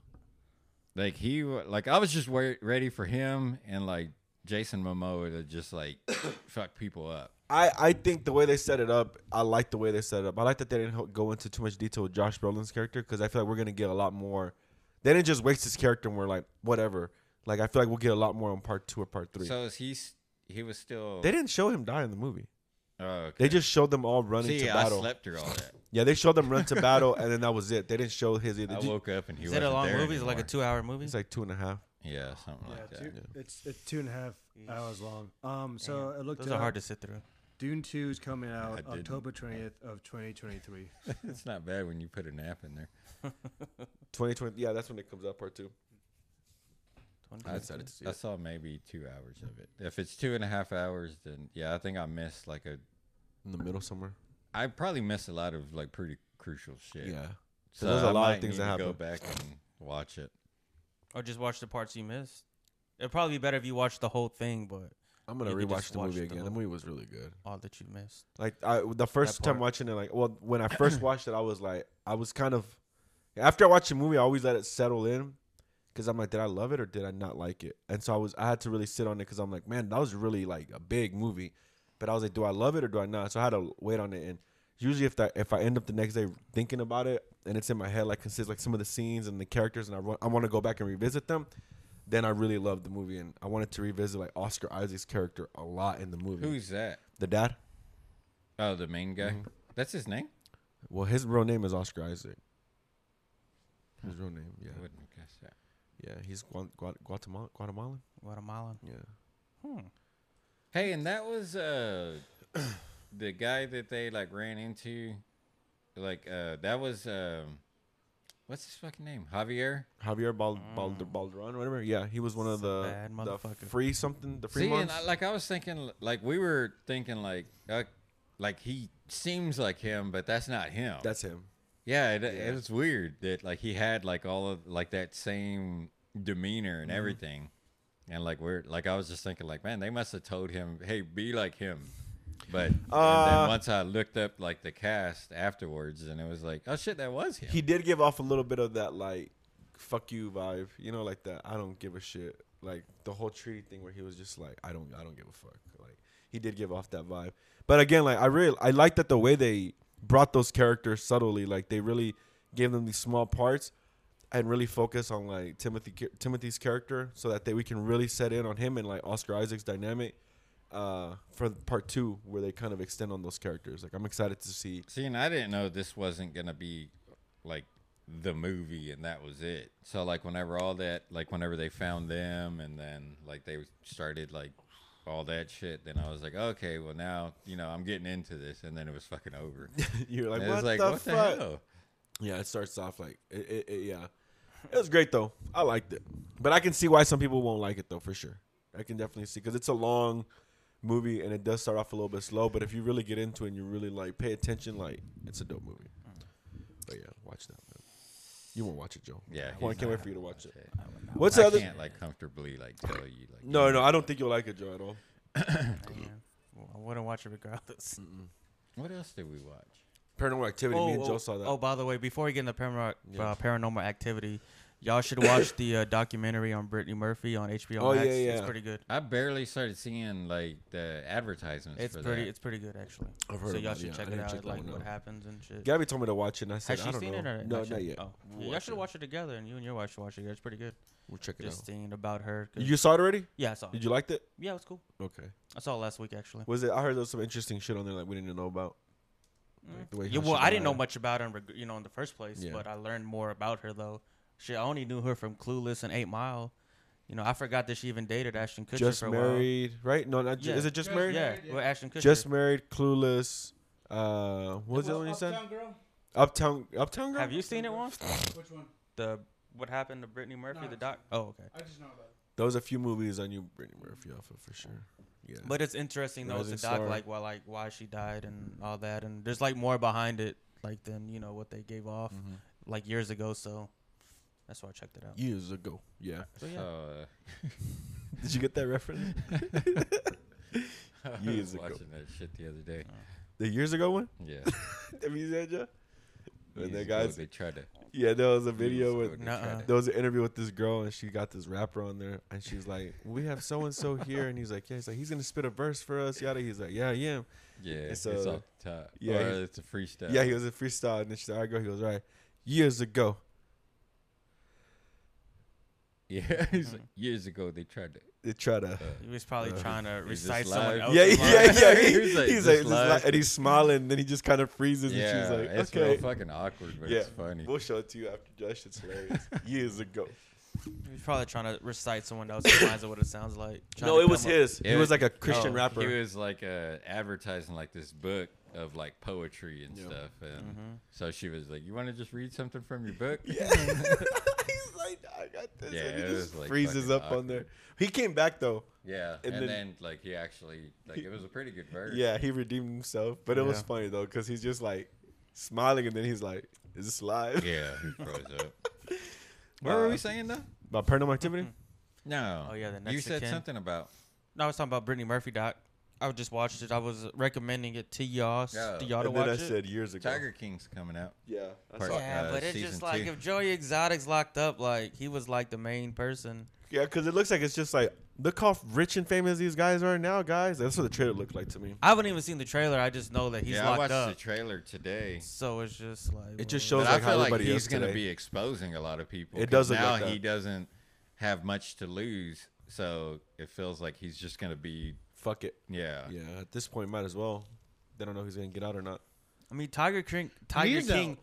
like he wa- like I was just wa- ready for him and like Jason Momoa to just like [COUGHS] fuck people up. I, I think the way they set it up, I like the way they set it up. I like that they didn't h- go into too much detail with Josh Brolin's character because I feel like we're gonna get a lot more. They didn't just waste his character and we're like whatever. Like I feel like we'll get a lot more on part two or part three. So is he s- he was still They didn't show him die in the movie. Oh, okay. They just showed them all running See, to I battle. slept through all that. Yeah, they showed them run to [LAUGHS] battle, and then that was it. They didn't show his either. I Did you- woke up and he Is was it a long there movie? Is it like a anymore. two-hour movie? It's like two and a half. Yeah, something like Yeah, that. two, It's, it's two and a half hours long. Um, so Damn. I looked. Those it are up. hard to sit through. Dune Two is coming out didn't. October twentieth of twenty twenty three. It's not bad when you put a nap in there. Twenty twenty. Yeah, that's when it comes out part two. I, excited to see I it. saw maybe two hours of it. If it's two and a half hours, then yeah, I think I missed like a. In the middle somewhere. I probably missed a lot of like pretty crucial shit. so there's a lot I of might things need that to Go happen. back and watch it. Or just watch the parts you missed. It'd probably be better if you watched the whole thing, but I'm gonna You could rewatch just the watch movie the again. whole- the movie was really good. all that you missed. Like I, the first part. time watching it, like well, when I first watched it, I was like, I was kind of. After I watched the movie, I always let it settle in, because I'm like, did I love it or did I not like it? And so I was, I had to really sit on it because I'm like, man, that was really like a big movie, but I was like, do I love it or do I not? So I had to wait on it. And usually, if that, if I end up the next day thinking about it and it's in my head, like consists like some of the scenes and the characters, and I want, I want to go back and revisit them. Then I really loved the movie, and I wanted to revisit like Oscar Isaac's character a lot in the movie. Who's that? the dad? Oh, the main guy. Mm-hmm. That's his name. Well, his real name is Oscar Isaac. His real name, yeah, I wouldn't have guessed that. yeah. He's Guan- Guat- Guatemala- Guatemalan. Guatemalan. Yeah, Hey, and that was uh [COUGHS] the guy that they like ran into. Like uh that was um what's his fucking name? Javier. Javier Bal- Mm. Bal- Balderon, whatever. Yeah, he was one of It's a the, bad the motherfucker. free something, the free See, and ones. I, like I was thinking, like we were thinking, like uh, like he seems like him, but that's not him. That's him. yeah, it, Yeah. it was weird that like he had like all of like that same demeanor Mm-hmm. and everything, and like we're like I was just thinking, like man, they must have told him, hey, be like him. But and Uh, then once I looked up like the cast afterwards, and it was like, oh shit, that was him. He did give off a little bit of that like "fuck you" vibe, you know, like that. I don't give a shit. Like the whole treaty thing, where he was just like, I don't, I don't give a fuck. Like he did give off that vibe. But again, like I really, I like that the way they brought those characters subtly. Like they really gave them these small parts and really focus on like Timothy Timothy's character, so that they we can really set in on him and like Oscar Isaac's dynamic. Uh, for part two, where they kind of extend on those characters, like I'm excited to see See, and I didn't know this wasn't gonna be like the movie, and that was it. So like, whenever all that, like, whenever they found them, and then like they started like all that shit, then I was like, okay, well now you know I'm getting into this, and then it was fucking over. [LAUGHS] you're [LAUGHS] like, And it what, was like, the what the fuck? hell? Yeah, it starts off like it, it, it, yeah. It was great though. I liked it, but I can see why some people won't like it though for sure. I can definitely see because it's a long movie and it does start off a little bit slow. But if you really get into it and you really like pay attention, like it's a dope movie. But yeah, watch that. Man. You won't watch it, Joe. Yeah, Well, I he's can't wait not for you to gonna watch it. it. What's the I other? can't like comfortably like tell you like No, you no, know, I don't think you'll like it, Joe, at all. Man, well, I wouldn't watch it regardless. What else did we watch? Paranormal Activity. Me and Joe saw that. oh, by the way, before we get into paranormal, Yeah. uh, paranormal activity, y'all should watch the uh, documentary on Brittany Murphy on HBO Oh, Max. yeah, It's yeah. pretty good. I barely started seeing like the advertisements. It's for pretty. That. It's pretty good actually. I've heard so y'all about it, should yeah. I check it didn't out, check that like one what out. happens and shit. Gabby told me to watch it, and I said, Has I she don't seen know. it or no, not, not yet. Oh, We'll y'all watch should it. watch it together, and you and your wife should watch it. together. It's pretty good. We'll check it out. Just thinking about her. 'cause- You saw it already? yeah, I saw. Did It. you liked it? Yeah, it was cool. Okay. I saw it last week actually. Was it? I heard there was some interesting shit on there like we didn't know about. Like, the way Yeah, how well, she I didn't died. know much about her, in reg- you know, in the first place. Yeah. But I learned more about her though. She, I only knew her from Clueless and Eight Mile. You know, I forgot that she even dated Ashton Kutcher Just for a married, right? No, not ju- Yeah. is it just Just while. married? Yeah, Married, yeah. with Ashton Kutcher. Just married, clueless. Uh, what was the other one you said? Uptown Girl? Uptown, Uptown girl. Have you seen it [LAUGHS] once? Which one? The what happened to Brittany Murphy? No, the I've doc. Oh, okay. I just know about it. There was a few movies on you, Brittany Murphy, off of for sure. Yeah. But it's interesting though Rising to doc Star. like why like why she died and all that and there's like more behind it like than you know what they gave off Mm-hmm. like years ago so that's why I checked it out. years ago. Yeah. [LAUGHS] So yeah, So, uh, Did you get that reference? uh, [LAUGHS] I Years was ago. watching that shit the other day. the years ago one? [LAUGHS] Yeah. Have you seen that? Joe? When Years the ago, guys, they tried to yeah, there was a video ago, with they Nuh-uh. tried to- there was an interview with this girl and she got this rapper on there and she's like, We have so and so here and he's like, Yeah, he's like, he's gonna spit a verse for us, yada. He's like, Yeah, I am. Yeah, It's it's, a- off the top. yeah, Yeah, he's- it's a freestyle. Yeah, he was a freestyle and then she's like, I go, he goes, Right, years ago. [LAUGHS] Yeah, he's [LAUGHS] like, years ago they tried to. uh, They try [LAUGHS] to. He was probably Uh, trying [LAUGHS] to is this recite someone live? else's yeah, yeah, line. yeah. He, [LAUGHS] He was like, he's "This like, this live?" li- and he's smiling, and then he just kind of freezes, Yeah, and she's like, it's okay. real fucking awkward, but yeah, it's funny. We'll show it to you after Josh. It's [LAUGHS] hilarious. Years ago. He was probably trying to recite someone [COUGHS] else's lines of what it sounds like. trying No, to it was come up- his. He It- was like a Christian oh, rapper. He was like uh, advertising like this book of like poetry and stuff, and Mm-hmm. so she was like, "You want to just read something from your book?" [LAUGHS] Yeah. [LAUGHS] He's like, I got this. Yeah, and it he just was, like, freezes fucking up on there. He came back though. [LAUGHS] Yeah, And and, then- then, like he actually like it was a pretty good verse. Yeah, he redeemed himself, but it was Yeah. funny though because he's just like smiling, and then he's like, "Is this live?" yeah, he froze [LAUGHS] up. What were Uh, we saying though? About paranormal activity. No. Oh, yeah, the you said Mexican. something about No, I was talking about Brittany Murphy doc. I just watched it. I was recommending it to y'all, s- Yeah. to y'all to and then watch I it. said years ago. Tiger King's coming out. Yeah, I Part- saw it. yeah, uh, but it's season just like two. if Joey Exotic's locked up, like he was like the main person. yeah, because it looks like it's just like look how rich and famous these guys are now, guys. That's what the trailer looked like to me. I haven't even seen the trailer. I just know that he's yeah, I locked watched up. the trailer today. so it's just like It just well, shows But like I how feel like everybody he's is going to today. be exposing a lot of people. It 'cause does look now like that. he doesn't have much to lose, so it feels like he's just going to be Fuck it. Uh. yeah. Yeah, at this point, might as well. They don't know who's gonna get out or not. I mean, Tiger King. Tiger is King. out.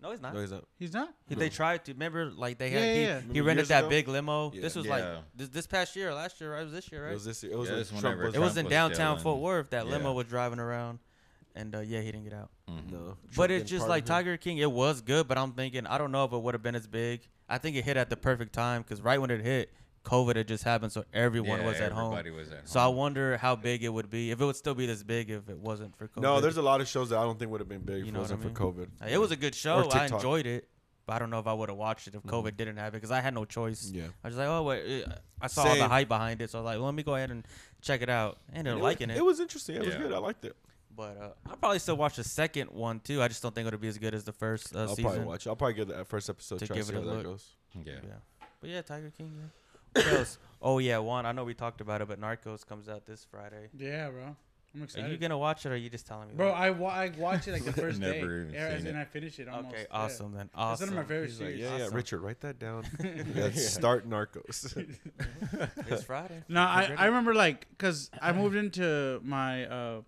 No, he's not. No, he's not. He's not. He- They tried to remember, like they had. Yeah, he, yeah, yeah. he Remember rented years that ago? big limo. Yeah. This was like Yeah. this, this past year, last year, right? It was this year, right? It was this year. It was, Yeah, when this is Trump whenever was, It was in was downtown still Fort in- Worth that limo yeah. was driving around, and uh, yeah, he didn't get out. No, Trump But it's didn't just pardon like him. Tiger King. It was good, but I'm thinking I don't know if it would have been as big. I think it hit at the perfect time because right when it hit, COVID had just happened, so everyone Yeah, was at home. everybody was at So I home. wonder how big it would be if it would still be this big if it wasn't for COVID. No, there's a lot of shows that I don't think would have been big if You it know what I wasn't for mean? COVID. Uh, It was a good show. I TikTok. enjoyed it, but I don't know if I would have watched it if COVID didn't happen because I had no choice. Yeah. I was like, oh wait, uh, I saw all the Same. hype behind it, so I was like, well, let me go ahead and check it out. I ended up was- liking it, It was interesting. It was Yeah. good. I liked it. but uh, I'll probably still watch the second one too. I just don't think it'll be as good as the first uh, I'll season. probably watch. it. I'll probably give that first episode To try to give see it a how that look. goes. Yeah. Yeah. But yeah, Tiger King. Yeah. What else? Oh yeah, Juan. I know we talked about it, but Narcos comes out this Friday. Yeah, bro. I'm Are you excited. gonna watch it, or are you just telling me? bro, that? I, wa- I watch it like [LAUGHS] the first Never day, even and seen then it. I finish it almost. okay, yeah. awesome then. That's Awesome. one of my favorite He's series. like, Yeah, Awesome. yeah. Richard, write [LAUGHS] that down. yeah, start Narcos. It's [LAUGHS] Friday. No, I, Get I it. remember like because [LAUGHS] I moved into my uh,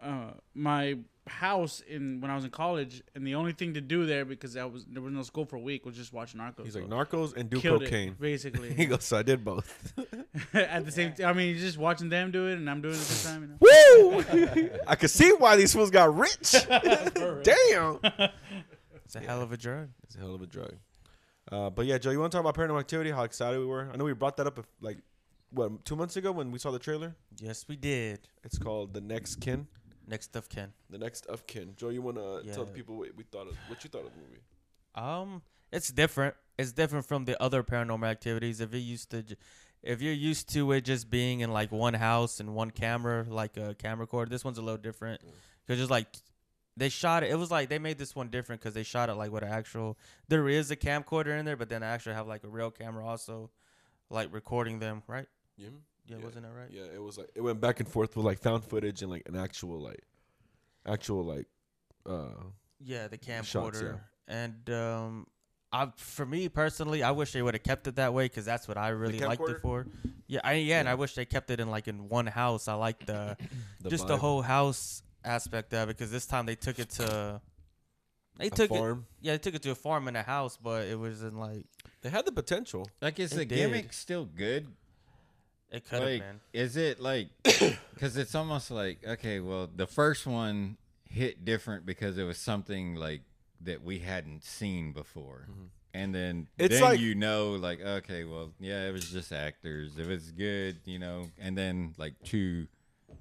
uh, my house in when I was in college, and the only thing to do there because I was there was no school for a week was just watching Narcos. He's like bro. Narcos and do Killed [LAUGHS] it, cocaine. He basically. goes, so I [LAUGHS] did both. [LAUGHS] At the same, t- I mean, just watching them do it, and I'm doing it this time. You [LAUGHS] know? Woo! [LAUGHS] I could see why these fools got [LAUGHS] rich. [LAUGHS] Damn. It's a hell of a drug. It's a hell of a drug. Uh, but yeah, Joe, you want to talk about Paranormal Activity? How excited we were? I know we brought that up if, like what two months ago when we saw the trailer. Yes, we did. It's called The Next Kin. Next of kin. The Next of Kin. Joe, you want to Yeah. tell the people what we thought of what you thought of the movie? Um, it's different. It's different from the other paranormal activities. If you used to, j- if you're used to it just being in like one house and one camera, like a camera cord, this one's a little different because just like they shot it. It was like they made this one different because they shot it like with an actual. There is a camcorder in there, but then I actually have like a real camera also, like recording them. Right? Yeah. Yeah, Yeah. wasn't that right? Yeah, it was like it went back and forth with like found footage and like an actual like actual like uh Yeah, the camcorder. Shots, yeah. And um, I for me personally, I wish they would have kept it that way because that's what I really liked camcorder? it for. Yeah, I, yeah, and I wish they kept it in like in one house. I like the, [LAUGHS] The just the vibe. whole house aspect of it because this time they took it to. They took farm. it, yeah. They took it to a farm and a house, but it was in like They had the potential. Like, is It the did. gimmick still good? it could have like, been. is [COUGHS] it like? Because it's almost like okay, well, the first one hit different because it was something like that we hadn't seen before, and then It's then like- you know, like okay, well, yeah, it was just actors. It was good, you know, and then like two,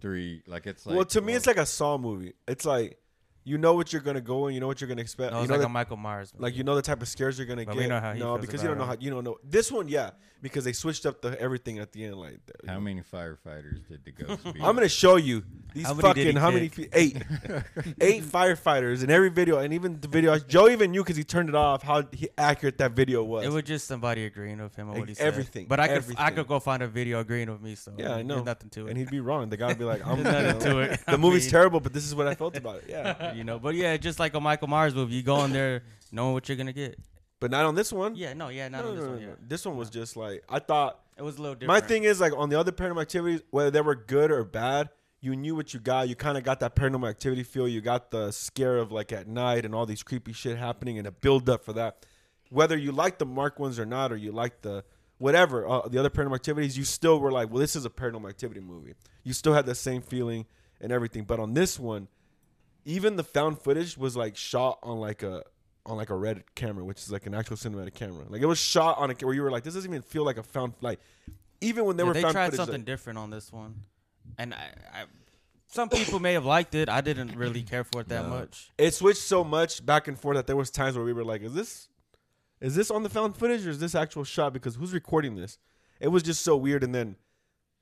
three, like it's like well, to me, it's like a Saw movie. It's like you know what you're gonna go and you know what you're gonna expect. No, you it's know like that- a Michael Myers. like movie. you know the type of scares you're gonna But get. we know how he no, feels because you don't know about how you don't know this one. Yeah, because they switched up the everything at the end. Like that. how many firefighters did [LAUGHS] the ghost? beat? [LAUGHS] I'm gonna show you these How many did fucking he how many fe- eight [LAUGHS] eight firefighters in every video and even the video Joe even knew because he turned it off how he, accurate that video was. it was just somebody agreeing with him on Like, what he said. everything, but I could I everything. could go find a video agreeing with me. So yeah, I there's know. nothing to it. and he'd be wrong. The guy would [LAUGHS] be like, "I'm There's you know, nothing to it. The I movie's mean- terrible, but this is [LAUGHS] what I felt about it." Yeah, you know. But yeah, just like a Michael Myers movie, you go in there knowing what you're gonna get, but not on this one. Yeah, no, yeah, not no, on this no, no, one. no. Yeah. This one was just like I thought. It was a little different. My thing is like on the other paranormal activities, whether they were good or bad, you knew what you got. You kind of got that paranormal activity feel. You got the scare of like at night and all these creepy shit happening and a build up for that. Whether you like the Mark ones or not, or you like the whatever uh, the other paranormal activities, you still were like, well, this is a paranormal activity movie. You still had the same feeling and everything. But on this one, even the found footage was like shot on like a on like a red camera, which is like an actual cinematic camera. Like it was shot on a ca- where you were like, this doesn't even feel like a found like. Even when they Yeah, were they found tried footage, like- something different on this one, and I, I, some people may have liked it. I didn't really care for it that No. much. it switched so much back and forth that there was times where we were like, "Is this, is this on the found footage or is this actual shot? Because who's recording this?" It was just so weird, and then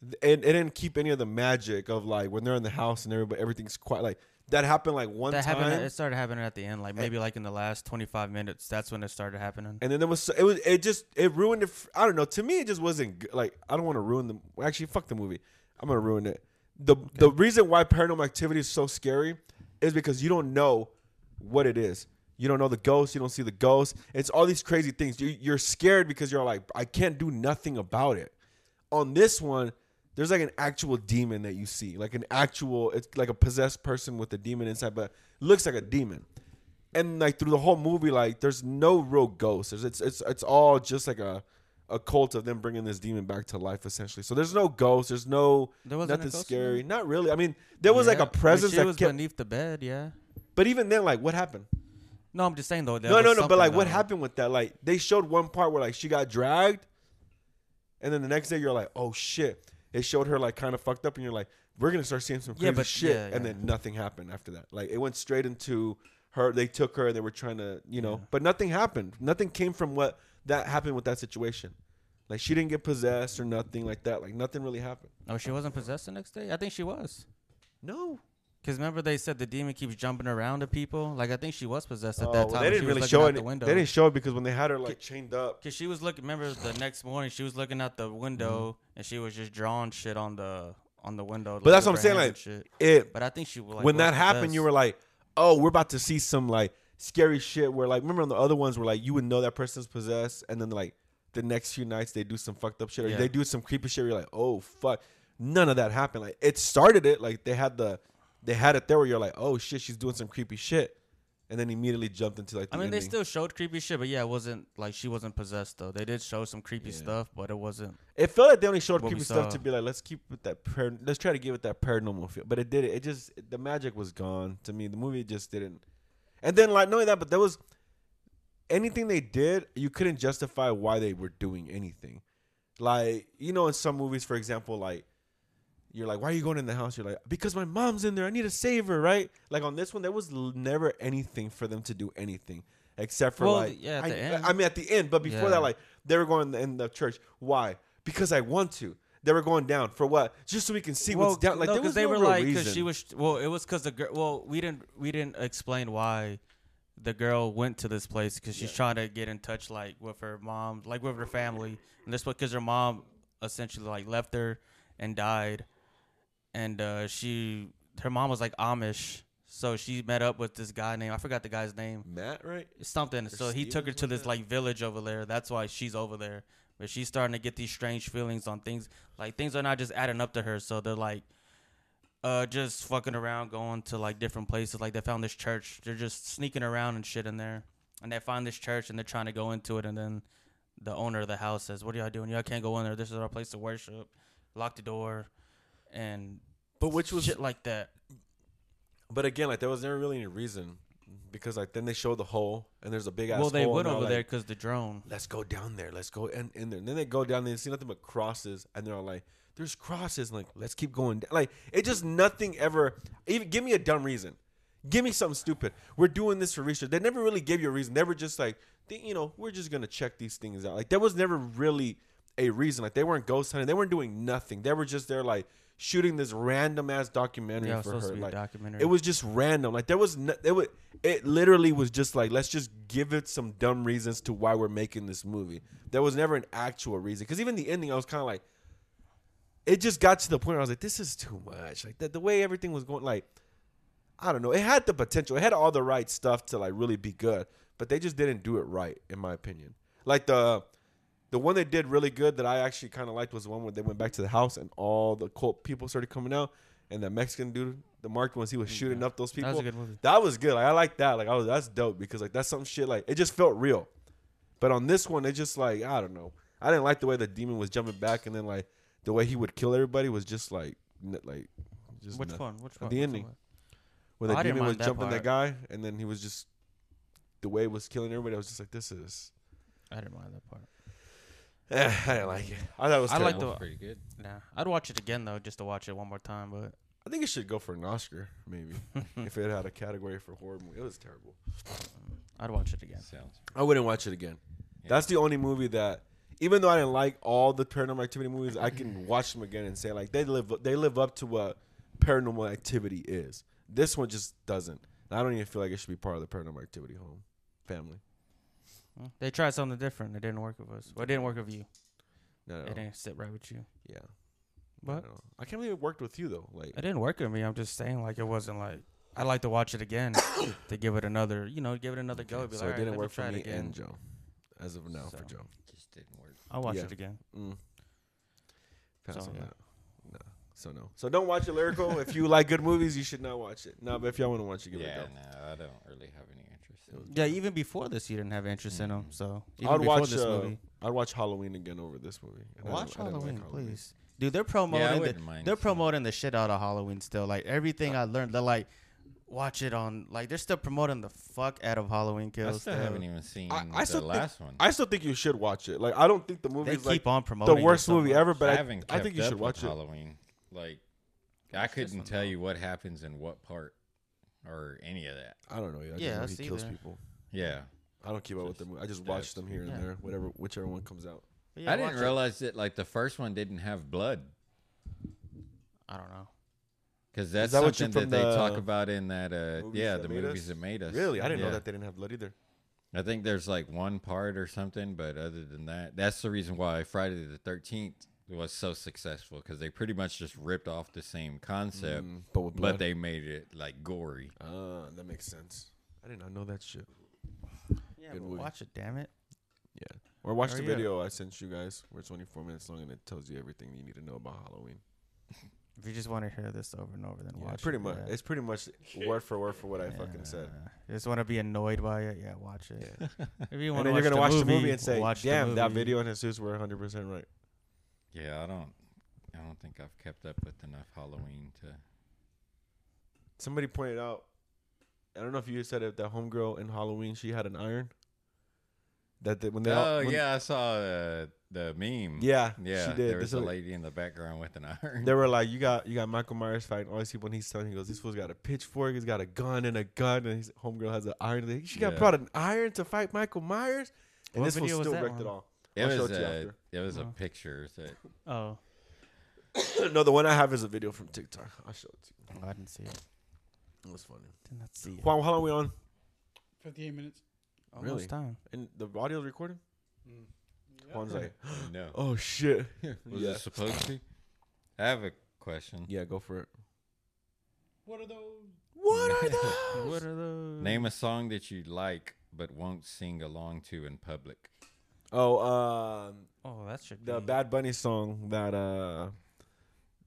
th- it, it didn't keep any of the magic of like when they're in the house and everybody everything's quiet. Like that happened like one that time, happened. It started happening at the end, Eh like maybe like in the last twenty five minutes. That's when it started happening. and then there was so, it was it just it ruined it. f- I don't know. To me, it just wasn't good. like I don't want to ruin the well, actually fuck the movie. I'm gonna ruin it. The the reason why Paranormal Activity is so scary is because you don't know what it is. You don't know the ghost. You don't see the ghost. It's all these crazy things. You, you're scared because you're like I can't do nothing about it. On this one, there's like an actual demon that you see, like an actual it's like a possessed person with a demon inside, but looks like a demon and like through the whole movie, like there's no real ghost. There's it's it's it's all just like a a cult of them bringing this demon back to life, essentially. So there's no ghost. There's no There wasn't a nothing ghost in scary. Not really. I mean, there was like a presence that that was kept. beneath the bed. Yeah. but even then, like what happened? No, I'm just saying though. there no, was no, no. But something like what though. happened with that? Like they showed one part where like she got dragged, and then the next day you're like, oh shit. It showed her like kind of fucked up, and you're like, we're gonna start seeing some crazy Yeah, but- shit, yeah, and yeah. then nothing happened after that. Like it went straight into her. They took her. They were trying to, you know, but nothing happened. Nothing came from what that happened with that situation. Like she didn't get possessed or nothing like that. Like nothing really happened. Oh, she wasn't possessed the next day. I think she was. No, Cause remember they said the demon keeps jumping around to people. Like I think she was possessed at Oh, that well, time. they when didn't she was really looking show out it. the window. They didn't show it because when they had her like chained up, Cause she was looking. Remember the next morning she was looking out the window and she was just drawing shit on the on the window. Mm-hmm. But that's with what I'm her saying, hands like, and shit. it But I think she was like when was that happened, you possessed. were like, "Oh, we're about to see some like scary shit." Where like, remember on the other ones where like you would know that person's possessed, and then like the next few nights they do some fucked up shit or Yeah. they do some creepy shit. Where you're like, "Oh fuck," none of that happened. Like it started it. Like they had the they had it there where you're like, "Oh shit, she's doing some creepy shit," and then immediately jumped into like. The I mean, they ending. still showed creepy shit, but yeah, it wasn't like she wasn't possessed though. They did show some creepy stuff, but it wasn't. It felt like they only showed What we creepy stuff saw. to be like, let's keep with that par- let's try to give it that paranormal feel. But it did it. It just the magic was gone to me. The movie just didn't. And then like knowing that, but there was anything they did, you couldn't justify why they were doing anything. Like you know, in some movies, for example, like you're like, why are you going in the house? You're like, because my mom's in there. I need to save her, right? Like on this one, there was l- never anything for them to do anything except for Well, like, yeah, at I, the end. I mean, at the end, but before Yeah. that, like they were going in the, in the church. Why? Because I want to. They were going down for what? Just so we can see what's down. Like no, there was they no were real like, reason. she was well, it was because the girl. Well, we didn't we didn't explain why the girl went to this place because she's trying to get in touch like with her mom, like with her family, and that's what because her mom essentially like left her and died, and uh, she her mom was like Amish, so she met up with this guy named I forgot the guy's name. Matt, right? something. So he took her to this like village over there. That's why she's over there. But she's starting to get these strange feelings on things. Like things are not just adding up to her. So they're like, uh, just fucking around, going to like different places. Like they found this church. They're just sneaking around and shit in there. And they find this church and they're trying to go into it. And then the owner of the house says, "What are y'all doing? Y'all can't go in there. This is our place to worship. Lock the door." And But which was shit like that. But again, like there was never really any reason because like then they show the hole and there's a big ass. Well, they hole, went and they're over like, there because the drone. Let's go down there. Let's go in, in there. And then they go down there and see nothing but crosses, and they're all like, "There's crosses." And like, let's keep going. Down. Like it just nothing ever. Even give me a dumb reason. Give me something stupid. We're doing this for research. They never really gave you a reason. They were just like, th- you know, we're just gonna check these things out. Like there was never really a reason. Like they weren't ghost hunting. They weren't doing nothing. They were just there like shooting this random ass documentary Yeah, it was for supposed her. to be a like documentary. it was just random. Like there was no, it was it literally was just like let's just give it some dumb reasons to why we're making this movie. There was never an actual reason because even the ending, I was kind of like, it just got to the point where I was like, this is too much. Like the, the way everything was going, like I don't know. It had the potential. It had all the right stuff to like really be good, but they just didn't do it right, in my opinion. Like the the one they did really good that I actually kind of liked was the one where they went back to the house and all the cult people started coming out, and that Mexican dude, the marked ones, he was shooting up those people. That was a good movie. That was good. Like I like that. Like I was that's dope because like that's some shit. Like it just felt real. But on this one, it just like I don't know. I didn't like the way the demon was jumping back, and then like the way he would kill everybody was just like n- like just Which nothing. one? Which At one? the Which ending. one? Where Oh, the I didn't demon was mind that jumping that guy, and then he was just the way it was killing everybody. I was just like, this is. [LAUGHS] I didn't mind that part. Eh, I didn't like it. I thought it was. I I like That the- was pretty good. Nah, I'd watch it again though, just to watch it one more time. But I think it should go for an Oscar, [LAUGHS] maybe, if it had a category for horror movie. It was terrible. I'd watch it again. Sounds I wouldn't watch it again. Yeah. That's the only movie that, even though I didn't like all the Paranormal Activity movies, I [LAUGHS] can watch them again and say like they live they live up to what Paranormal Activity is. This one just doesn't. And I don't even feel like it should be part of the Paranormal Activity home family. Mm. They tried something different. It didn't work with us. Well, it didn't work with you. No, no, It didn't sit right with you. yeah. I But don't know. I can't believe it worked with you though. Like it didn't work with me. I'm just saying, like it wasn't like I'd like to watch it [COUGHS] again to give it another, you know, give it another go. Okay, Be so like, it didn't work for try me it again. and Joe, as of now for So. Joe. just didn't work. I'll watch Yeah. it again. Mm. Pass So, on yeah. that. No. So no. So don't watch it lyrical. if you like good movies, you should not watch it. No, but if y'all want to watch it, give Yeah, it a no, I don't really have any interest. in Yeah, even before this, you didn't have interest in them. So even go. I'd before Mm. watch. this Uh, movie, I'd watch Halloween again over this movie. And I watch don't- I don't like Halloween, please. Dude, they're promoting. wouldn't the, mind they're seeing it. promoting the shit out of Halloween still. Like everything I learned, they're like, watch it on. Like they're still promoting the fuck out of Halloween I Kills. still though. haven't even seen I- I the still think- last one. I still think you should watch it. Like I don't think the They movie keep is like on the promoting it worst so movie much. ever, but I I, haven't. I kept think you up should with watch it. Halloween. Like, I couldn't tell you what happens in what part or any of that. I don't know. Yeah, I just Yeah, know us he kills either. people. Yeah, I don't keep up with the movie. I just watch stabs them here and Yeah. there, whatever, whichever one comes out. But yeah, I didn't watch it. realize that like the first one didn't have blood I don't know. because that's that what you- something that from they talk the about in that. Uh, movies yeah, that the made movies us? that made us. Really, I didn't know Yeah. that they didn't have blood either. I think there's like one part or something, but other than that, that's the reason why Friday the Thirteenth was so successful because they pretty much just ripped off the same concept, Mm, but with blood. but they made it like gory. Ah, that makes sense. I did not know that shit. Yeah, but Good movie. watch it, damn it. Oh, Yeah. Or watch Or the yeah. video I sent you guys. We're 24 minutes long and it tells you everything you need to know about Halloween. If you just want to hear this over and over, then Yeah, watch. pretty it, much. yeah. It's pretty much word for word for what I fucking said. You just want to be annoyed by it. Yeah, watch it. Yeah. [LAUGHS] If you want to watch, And then you're gonna the, watch movie, the movie and say, watch the "Damn, that movie." video and Jesus were 100 percent right." Yeah, I don't. I don't think I've kept up with enough Halloween to. Somebody pointed out. I don't know if you said it. That homegirl in Halloween, she had an iron. That the, when they all, oh when- yeah, I saw uh, the meme. yeah yeah. she did. There was This a is- lady in the background with an iron. They were like, "You got you got Michael Myers fighting all these people." And he's telling, he goes, "This fool's got a pitchfork. He's got a gun and a gun." And his homegirl has an iron. They- She got Yeah. brought an iron to fight Michael Myers, and What this fool video was still that wrecked it on? all. [LAUGHS] it, I'll was show it to you a, it was a Uh-huh. picture that Oh, no, the one I have is a video from TikTok. I'll show it to you. I didn't see it. It was funny. Did not see it. Juan, how long are we on? 58 minutes. Almost Really? time. And the audio's recording. Mm. Juan's like, [LAUGHS] no. "Oh shit." [LAUGHS] Was yeah. it supposed to? I have a question. Yeah, go for it. What are those? What [LAUGHS] are those? What are those? Name a song that you like but won't sing along to in public. Oh, um, Oh, that should the Mm. be. Bad Bunny song that uh,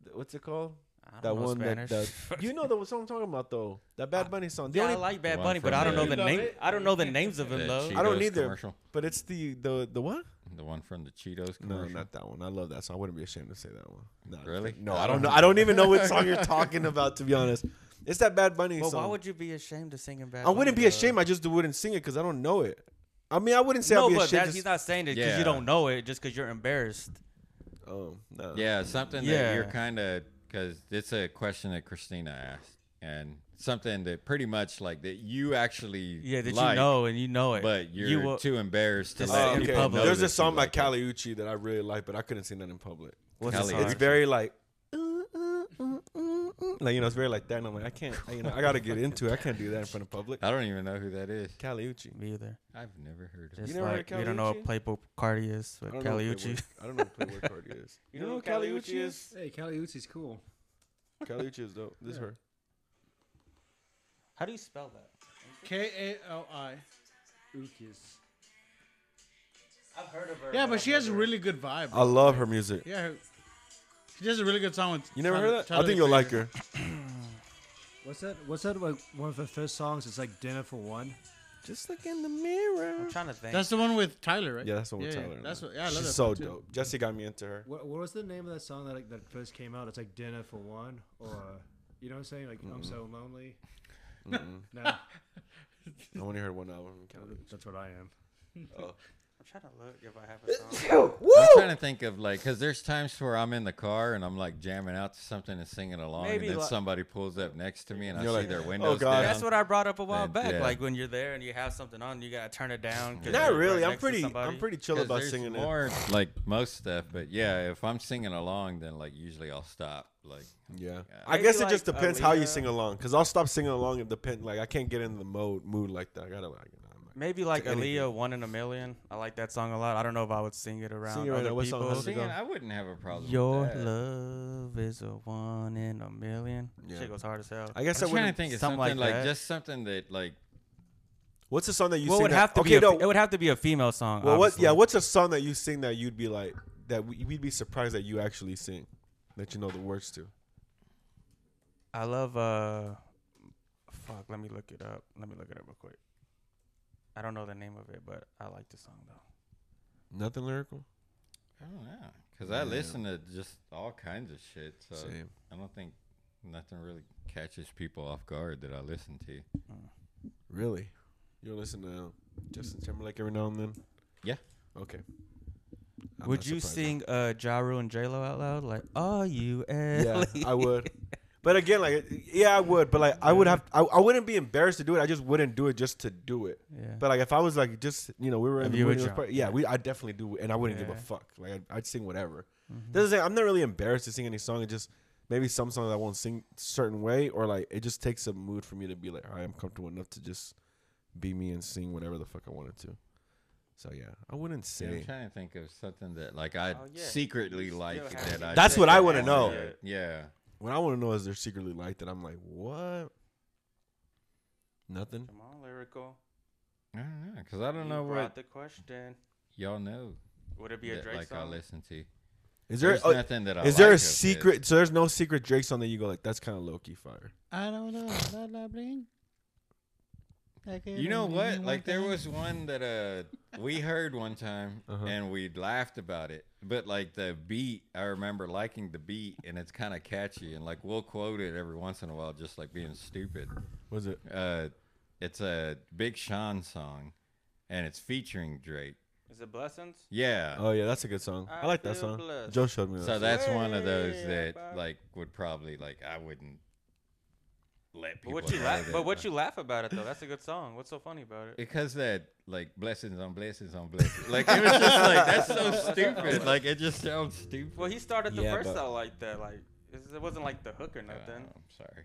th- what's it called? I don't That know one Spanish. that, that you know the song I'm talking about though. That Bad Bunny song. The Ah, yeah, I only- like Bad one Bunny, but from I don't know the- the name. I don't know the names of The them though. I don't Cheetos either. Commercial. But it's the the the one? The one from the Cheetos No, commercial. not that one. I love that song. I wouldn't be ashamed to say that one. No, I'm Really? kidding. No, I don't know. I don't even know what [LAUGHS] song you're talking about. To be honest, it's that Bad Bunny Well, song. why would you be ashamed of singing Bad? I Bunny, wouldn't be though? ashamed. I just wouldn't sing it because I don't know it. I mean, I wouldn't say no, I'd be but ashamed. that, to he's s- not saying it because Yeah. you don't know it, just because you're embarrassed. Oh no. Yeah, something that you're Yeah. kind of because it's a question that Christina asked, and something that pretty much like that you actually Yeah, that like, you know and you know it, but you're you will, too embarrassed to Just let say Oh, in people okay. public. know There's that a song you by like it. Caliucci that I really like, but I couldn't sing that in public. What's Kelly, the it's song? It's very like, uh, like you know, it's very like that, and I'm like, I can't, I, you know, I gotta get into it. I can't do that in front of public. Uh, I don't even know who that is. Caliucci. Me either. I've never heard of. Just it. You never like heard we don't know Caliucci? what Playboy Cardi is, I but don't know what Playboy- Caliucci. I don't know what Playboy Cardi is. [LAUGHS] You know who Caliucci is? Hey, Caliucci's cool. Caliucci is dope. This is her. How do you spell that? K A L I. Ukis. I've heard of her. Yeah, but she has a really good vibe. I love her music. Yeah, her, she does a really good song with. You never Tyler- heard that? I Tyler, think the you'll like Creator. her. What's that? What's that? Like one of her first songs? It's like Dinner for One. Just look in the mirror. I'm trying to think. That's the one with Tyler, right? Yeah, that's the one with yeah, Tyler in That's it. what, yeah, I love She's that so one too. dope. Jesse got me into her. What, What, what was the name of that song that like, that first came out? It's like Dinner for One, or you know what I'm saying? Like I'm so lonely. no, I only heard one album. Count it. that's what I am. I'm trying to look if I have a song. I'm trying to think of like, cause there's times where I'm in the car and I'm like jamming out to something and singing along, Maybe and then like- somebody pulls up next to me and I see You're like, their "Oh, windows God." down. Yeah, [LAUGHS] That's what I brought up a while Then- back. yeah. Like when you're there and you have something on, you gotta turn it down. 'cause Not you're really. right I'm next to pretty. I'm somebody. pretty chill 'Cause about there's singing it. more like most stuff, but yeah, if I'm singing along, then like usually I'll stop. Like Yeah. Yeah. I guess it Maybe just like depends how you Aaliyah. sing along. Cause I'll stop singing along if depend like I can't get in the mode mood like that. I gotta like. I'm like Maybe like anything. Aaliyah, "One in a Million. I like that song a lot. I don't know if I would sing it around it right other now. What song people. has it- singing, go. I wouldn't have a problem. Your with that. love is a one in a million. Yeah. Shit goes hard as hell. I guess I'm I trying to wouldn't. think of something, something like like, that. just something that like What's the song that you well, it sing? would that- have to okay, be. A, no. It would have to be a female song. well, what? obviously. Yeah. What's a song that you sing that you'd be like that we- we'd be surprised that you actually sing, that you know the words to? I love. uh Fuck. Let me look it up. Let me look it up real quick. I don't know the name of it, but I like the song though. Nothing lyrical. I don't know, cause I listen to just all kinds of shit. So Same. I don't think nothing really catches people off guard that I listen to. Really? You'll listen to um, Justin Timberlake every now and then. Yeah. Okay. I'm would not you surprised then. sing uh, Ja Rule and J Lo out loud? Like, are you Yeah, Ellie? I would. But again, like, yeah, I would. But like, I would have. I, I wouldn't be embarrassed to do it. I just wouldn't do it just to do it. [LAUGHS] Yeah. But like, if I was like, just you know, we were in If the you were mood, it was drunk, part- yeah, yeah. we, I definitely do, and I wouldn't give Yeah. a fuck. Like, I'd, I'd sing whatever. This is it. I'm not really embarrassed to sing any song. It just maybe some songs I won't sing a certain way, or like it just takes a mood for me to be like, all right, I'm comfortable enough to just be me and sing whatever the fuck I wanted to. So yeah, I wouldn't Yeah, I'm say. trying to think of something that like I Oh, yeah. secretly You like still have that. to I That's just what I don't wanna wanna know. do it. Yeah. What I want to know is they're secretly like that. I'm like, what? Nothing. Come on, lyrical. I don't know, cause I don't You know brought what the question. y'all know Would it be a that Drake like I song? listen to. Is there? There's oh, nothing that I is there like a of his. secret? So there's no secret Drake song that you go like, that's kind of low key fire. I don't know. Blah, blah, bling. You know Mm-hmm. what? Like there was one that uh we heard one time Uh-huh. and we laughed about it. But like the beat, I remember liking the beat and it's kind of catchy and like we'll quote it every once in a while just like being stupid. Was it? Uh it's a Big Sean song and it's featuring Drake. Is it Blessings? Yeah. Oh yeah, that's a good song. I, I like that feel song. blessed. Joe showed me that. So that's one of those Way that above. like would probably like I wouldn't let But people what you know laugh? that, But uh, what you laugh about it though? That's a good song. What's so funny about it? because that like blessings on blessings on blessings like it was just like [LAUGHS] that's so stupid like it just sounds stupid Well, he started the Yeah, verse but- out like that. Like it's- it wasn't like the hook or Uh, nothing. i'm sorry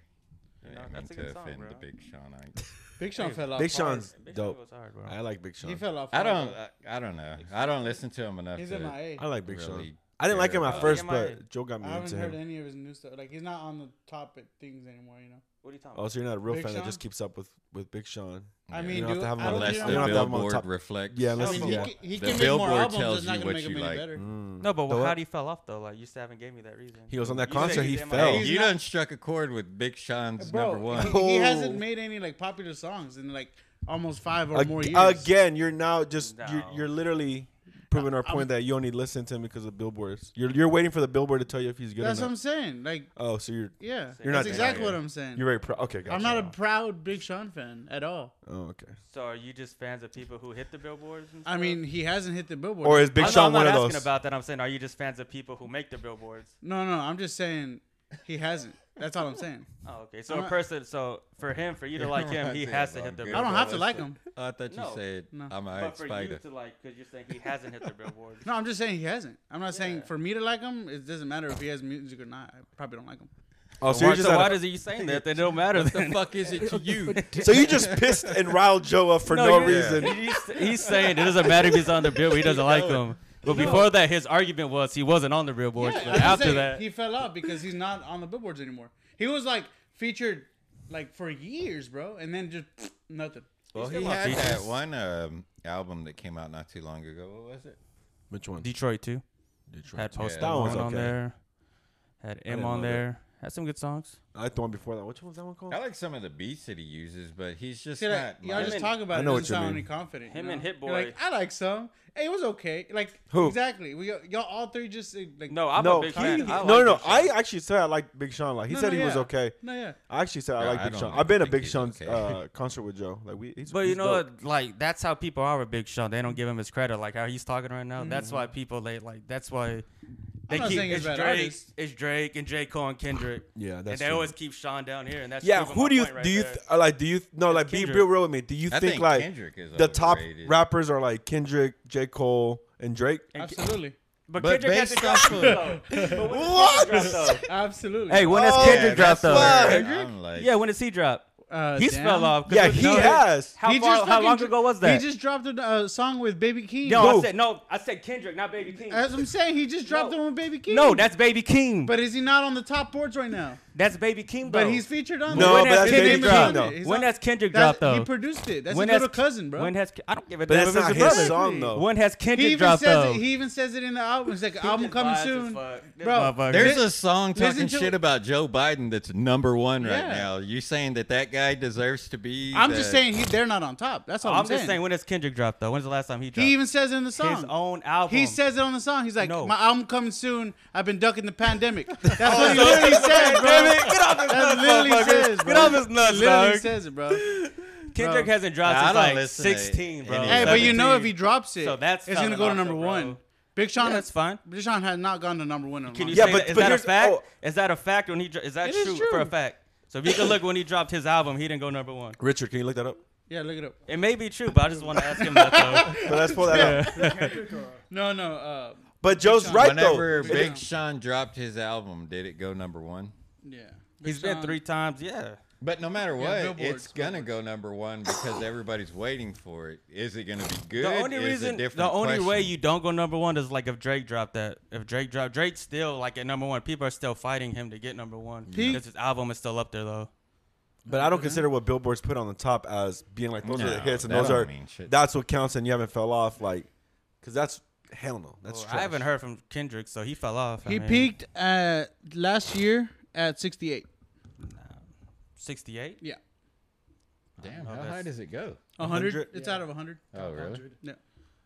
I No, didn't mean that's a to good song, offend the bro. big sean I, Big Sean fell off. Big hard. Sean's Big Sean dope. goes hard, bro. I like Big He Sean. fell off. I hard. don't I, I don't know i don't listen to him enough He's to I MIA. like Big Sean. really I didn't like him at care about first, him. but Joe got I me haven't into heard him. any of his new stuff. Like he's not on the topic things anymore. You know. What are you talking Oh, about? so you're not a real Big fan that Sean? just keeps up with with Big Sean. I Yeah. mean, You don't dude, have to have him I on don't unless think You the don't have to have him on billboard top. reflects Yeah, I unless mean, you- he, Yeah. can, he The can make more Billboard albums. tells It's not you gonna what make him you any like. better. No, but The wh- how what? do you fell off though? Like you still haven't gave me that reason. He was on that You said concert. He he's fell. MIA. He's you not- done struck a chord with big sean's Bro, [LAUGHS] number one He, he hasn't Oh. made any like popular songs in like almost five or Ag- more years. Again, you're now just you're, No. you're literally proving our point that you only listen to him because of billboards. You're you're waiting for the billboard to tell you if he's good That's or what not. I'm saying. Like, Oh, so you're yeah, You're not that's exactly denying what it. I'm saying. you're very proud. Okay, gotcha. I'm not a proud Big Sean fan at all. Oh, okay. So are you just fans of people who hit the billboards? And I stuff? mean, he hasn't hit the billboard. Or is I Big know, Sean I'm one not of asking those? about that. I'm saying, are you just fans of people who make the billboards? no, no. I'm just saying he hasn't. That's all I'm [LAUGHS] saying. Oh, okay. So I'm a not- person, so for him, for [LAUGHS] you to like him, he Reminds me has of, to um, hit the. Good I billboards. don't have to like him. Oh, i thought you No. said No. i'm a But for you spider to like, because you're saying he hasn't [LAUGHS] hit the billboards. No, I'm just saying he hasn't. I'm not saying Yeah. for me to like him. It doesn't matter if he has music or not. I probably don't like him. Oh, So, so you're why, just so out why of- does he saying that? They don't [LAUGHS] matter. [LAUGHS] what the fuck is it to you so you just pissed and riled Joe [LAUGHS] up for no, you're- reason. He's, he's saying it doesn't matter if he's on the billboard. He doesn't like him. But before that, his argument was he wasn't on the billboard. Yeah, but I'm after saying that, he fell off because he's not on the billboards anymore. He was like featured like for years, bro, and then just [SNIFFS] nothing. Well, still he on had that Jesus. one um, album that came out not too long ago. What was it? Which one? Detroit too. Detroit. Had Post Yeah. That Malone one's on okay. there. Had M didn't on love it. there. Had some good songs. I like the one before that. Which one was that one called? I like some of the beats that he uses, but he's just See, like, not. y'all much- just talk about I it. know Know what doesn't you sound mean. confident. you Him and know? Hit You're like, Boy. I like some. Hey, it was okay. Like Who? exactly? We y'all all three just uh, like No, I'm no, a big he- fan. no, I like no, no. Big Sean. I actually said I like Big Sean. Like he No, said, no, he was yeah. okay. No, yeah. I actually said I Yeah, like I Big don't Sean. even I've been a think Big he's Sean's okay. [LAUGHS] uh, concert with Joe. Like we, he's, But you he's know dope. what? Like that's how people are with Big Sean. They don't give him his credit. Like how he's talking right now. Mm-hmm. That's why people they like. That's why they not keep saying he's it's a bad Drake, artist. it's Drake and J Cole and Kendrick. Yeah, and Uh, that's they true. always keep Sean down here. And that's Yeah, proving who my do you point right do you there. th- uh, like? Do you th- no It's like? Be Kendrick. real, real with me. Do you I think, think, like Kendrick is the top overrated. rappers are like Kendrick, J. Cole, and Drake? [LAUGHS] Absolutely, but, but Kendrick has based to drop off too, of- though. [LAUGHS] But when What? does Kendrick drop, absolutely. though? Hey, when does Oh, Yeah, Kendrick drop that's though? why. where I'm like, Yeah, when does he drop? uh, He's damn. fell off. 'cause Yeah, with he no- has. How He far? just How fucking long dro- ago was that? He just dropped a uh, song with Baby Keem. no, I Who? said no. I said Kendrick, not Baby King. That's what I'm saying. He just dropped No. one with Baby Keem. No, that's Baby King. But But is he not on the top boards right now? that's Baby King. But though. he's featured on. No, there. but that's His Baby name is Keem, on though. it. He's When on- has Kendrick That- dropped, though? He produced it. That's When his has- little cousin, bro. When has I don't give a damn But if that's it's not his brother. his song though. When has he Kendrick even dropped says though? it, he even says it in the album. He's like, "Album coming soon." Bro, There's a song Listen talking to- shit about Joe Biden that's number one right Yeah. now. You saying that that guy deserves to be? I'm the- just saying he, they're not on top. That's all I'm I'm, just saying, when has Kendrick dropped though? When's the last time he dropped? he even says it in the song. his own album. He says it on the song. He's like, No. "My album coming soon. I've been ducking the pandemic." That's what he literally says, bro. Get off his That nuts, literally motherfucker. says, bro. Get off his nuts, literally dog. says it, bro. Kendrick bro. hasn't dropped Nah, I since don't like listen to 16, bro. any Hey, but you know if 17. he drops it, So that's it's telling gonna go to off, number bro. one. Big Sean, Yeah, that's fine. Big Sean has not gone to number one in a Can long you Yeah, say but- that? Is but that a here's- fact? oh. Is that a fact when he dro- is that It is true, for true. a fact? So if you can look when he dropped his album, he didn't go number one. Richard, can you look that up? Yeah, look it up. It may be true, but I just want to ask him that [LAUGHS] though. But let's pull that up. No, no. Uh, But Joe's right Whenever though. Big Sean dropped his album, did it go number one? yeah. um, Big He's been Sean- three times. Yeah. But no matter what, Billboard's it's gonna go number one because everybody's waiting for it. Is it gonna be good? The only is a reason, the different only way question. you don't go number one is like if Drake dropped that. If Drake dropped, Drake's still like at number one. People are still fighting him to get number one He- because his album is still up there though. But I don't consider what billboards put on the top as being like those are the No, hits and that those don't are mean shit. that's what counts and you haven't fell off like because that's hell no that's I haven't heard from Kendrick, so he fell off. I He mean, peaked uh, last year at 68. 68. Yeah. Damn, Oh, know, how that's- high does it go? 100. 100? It's out of 100. Oh, really? Yeah.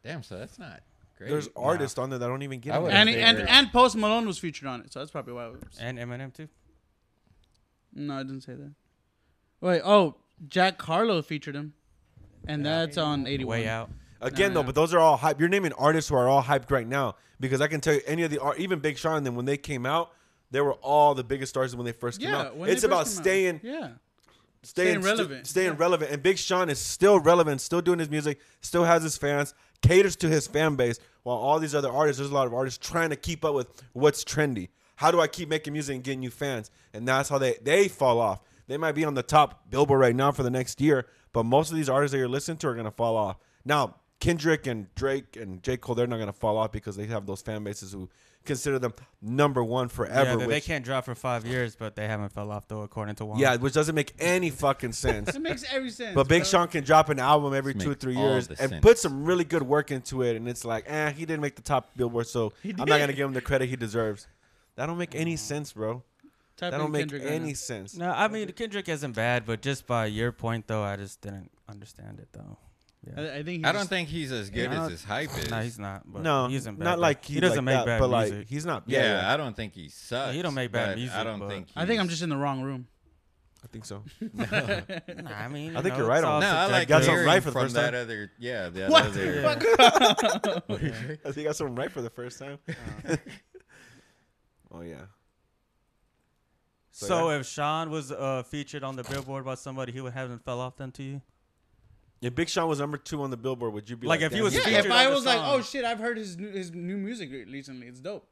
Damn, so that's not great. There's artists on there that don't even get I it. would- And, Yeah. and and Post Malone was featured on it, so that's probably why. It was. And Eminem too. No, I didn't say that. Wait, oh, Jack Carlo featured him, and that's on 81. Way out. Again, though, but those are all hype. You're naming artists who are all hyped right now because I can tell you any of the art, even Big Sean. Then when they came out, they were all the biggest stars when they first came Yeah, out. when they It's first about came out. staying, Yeah, staying, staying relevant, relevant. staying Yeah. relevant. And Big Sean is still relevant, still doing his music, still has his fans, caters to his fan base. While all these other artists, there's a lot of artists trying to keep up with what's trendy. How do I keep making music and getting new fans? And that's how they they fall off. They might be on the top Billboard right now for the next year, but most of these artists that you're listening to are gonna fall off. Now Kendrick and Drake and J Cole, they're not gonna fall off because they have those fan bases who consider them number one Yeah, forever. they, they which, can't drop for five years, but they haven't fell off though, according to Juan. yeah, which doesn't make any fucking [LAUGHS] sense. it makes every [LAUGHS] sense. But Big bro. Sean can drop an album every This two or makes three all years and the sense. put some really good work into it, and it's like, eh, he didn't make the top Billboard, so I'm not gonna give him the credit he deserves. That don't make any sense, bro. Type That in don't make Kendrick right any now. sense. No, I mean Kendrick isn't bad, but just by your point though, I just didn't understand it though. I, I think. He I just- don't think he's as good No, as his [SIGHS] hype is. No, he's not. But No, he isn't bad. not though. like he doesn't make that, bad but music. like he's not. yeah, Yeah, yeah, I don't think he sucks. don't make bad but I music, don't but- think. I think I'm he's- just in the wrong room. I think so. Nah, I mean, I you think know, you're right it's on all No, I Jack like got something hearing right for the from first that time. other. Yeah, that What? other. I think I got something right for the first time. [LAUGHS] oh yeah, So if Sean was uh, featured on the Billboard by somebody, he would haven't fell off then to you. if Big Sean was number two on the Billboard, would you be Like, like, if he damn, was Yeah, featured if I on the was like, song. oh shit, I've heard his new, his new music re- recently. It's dope,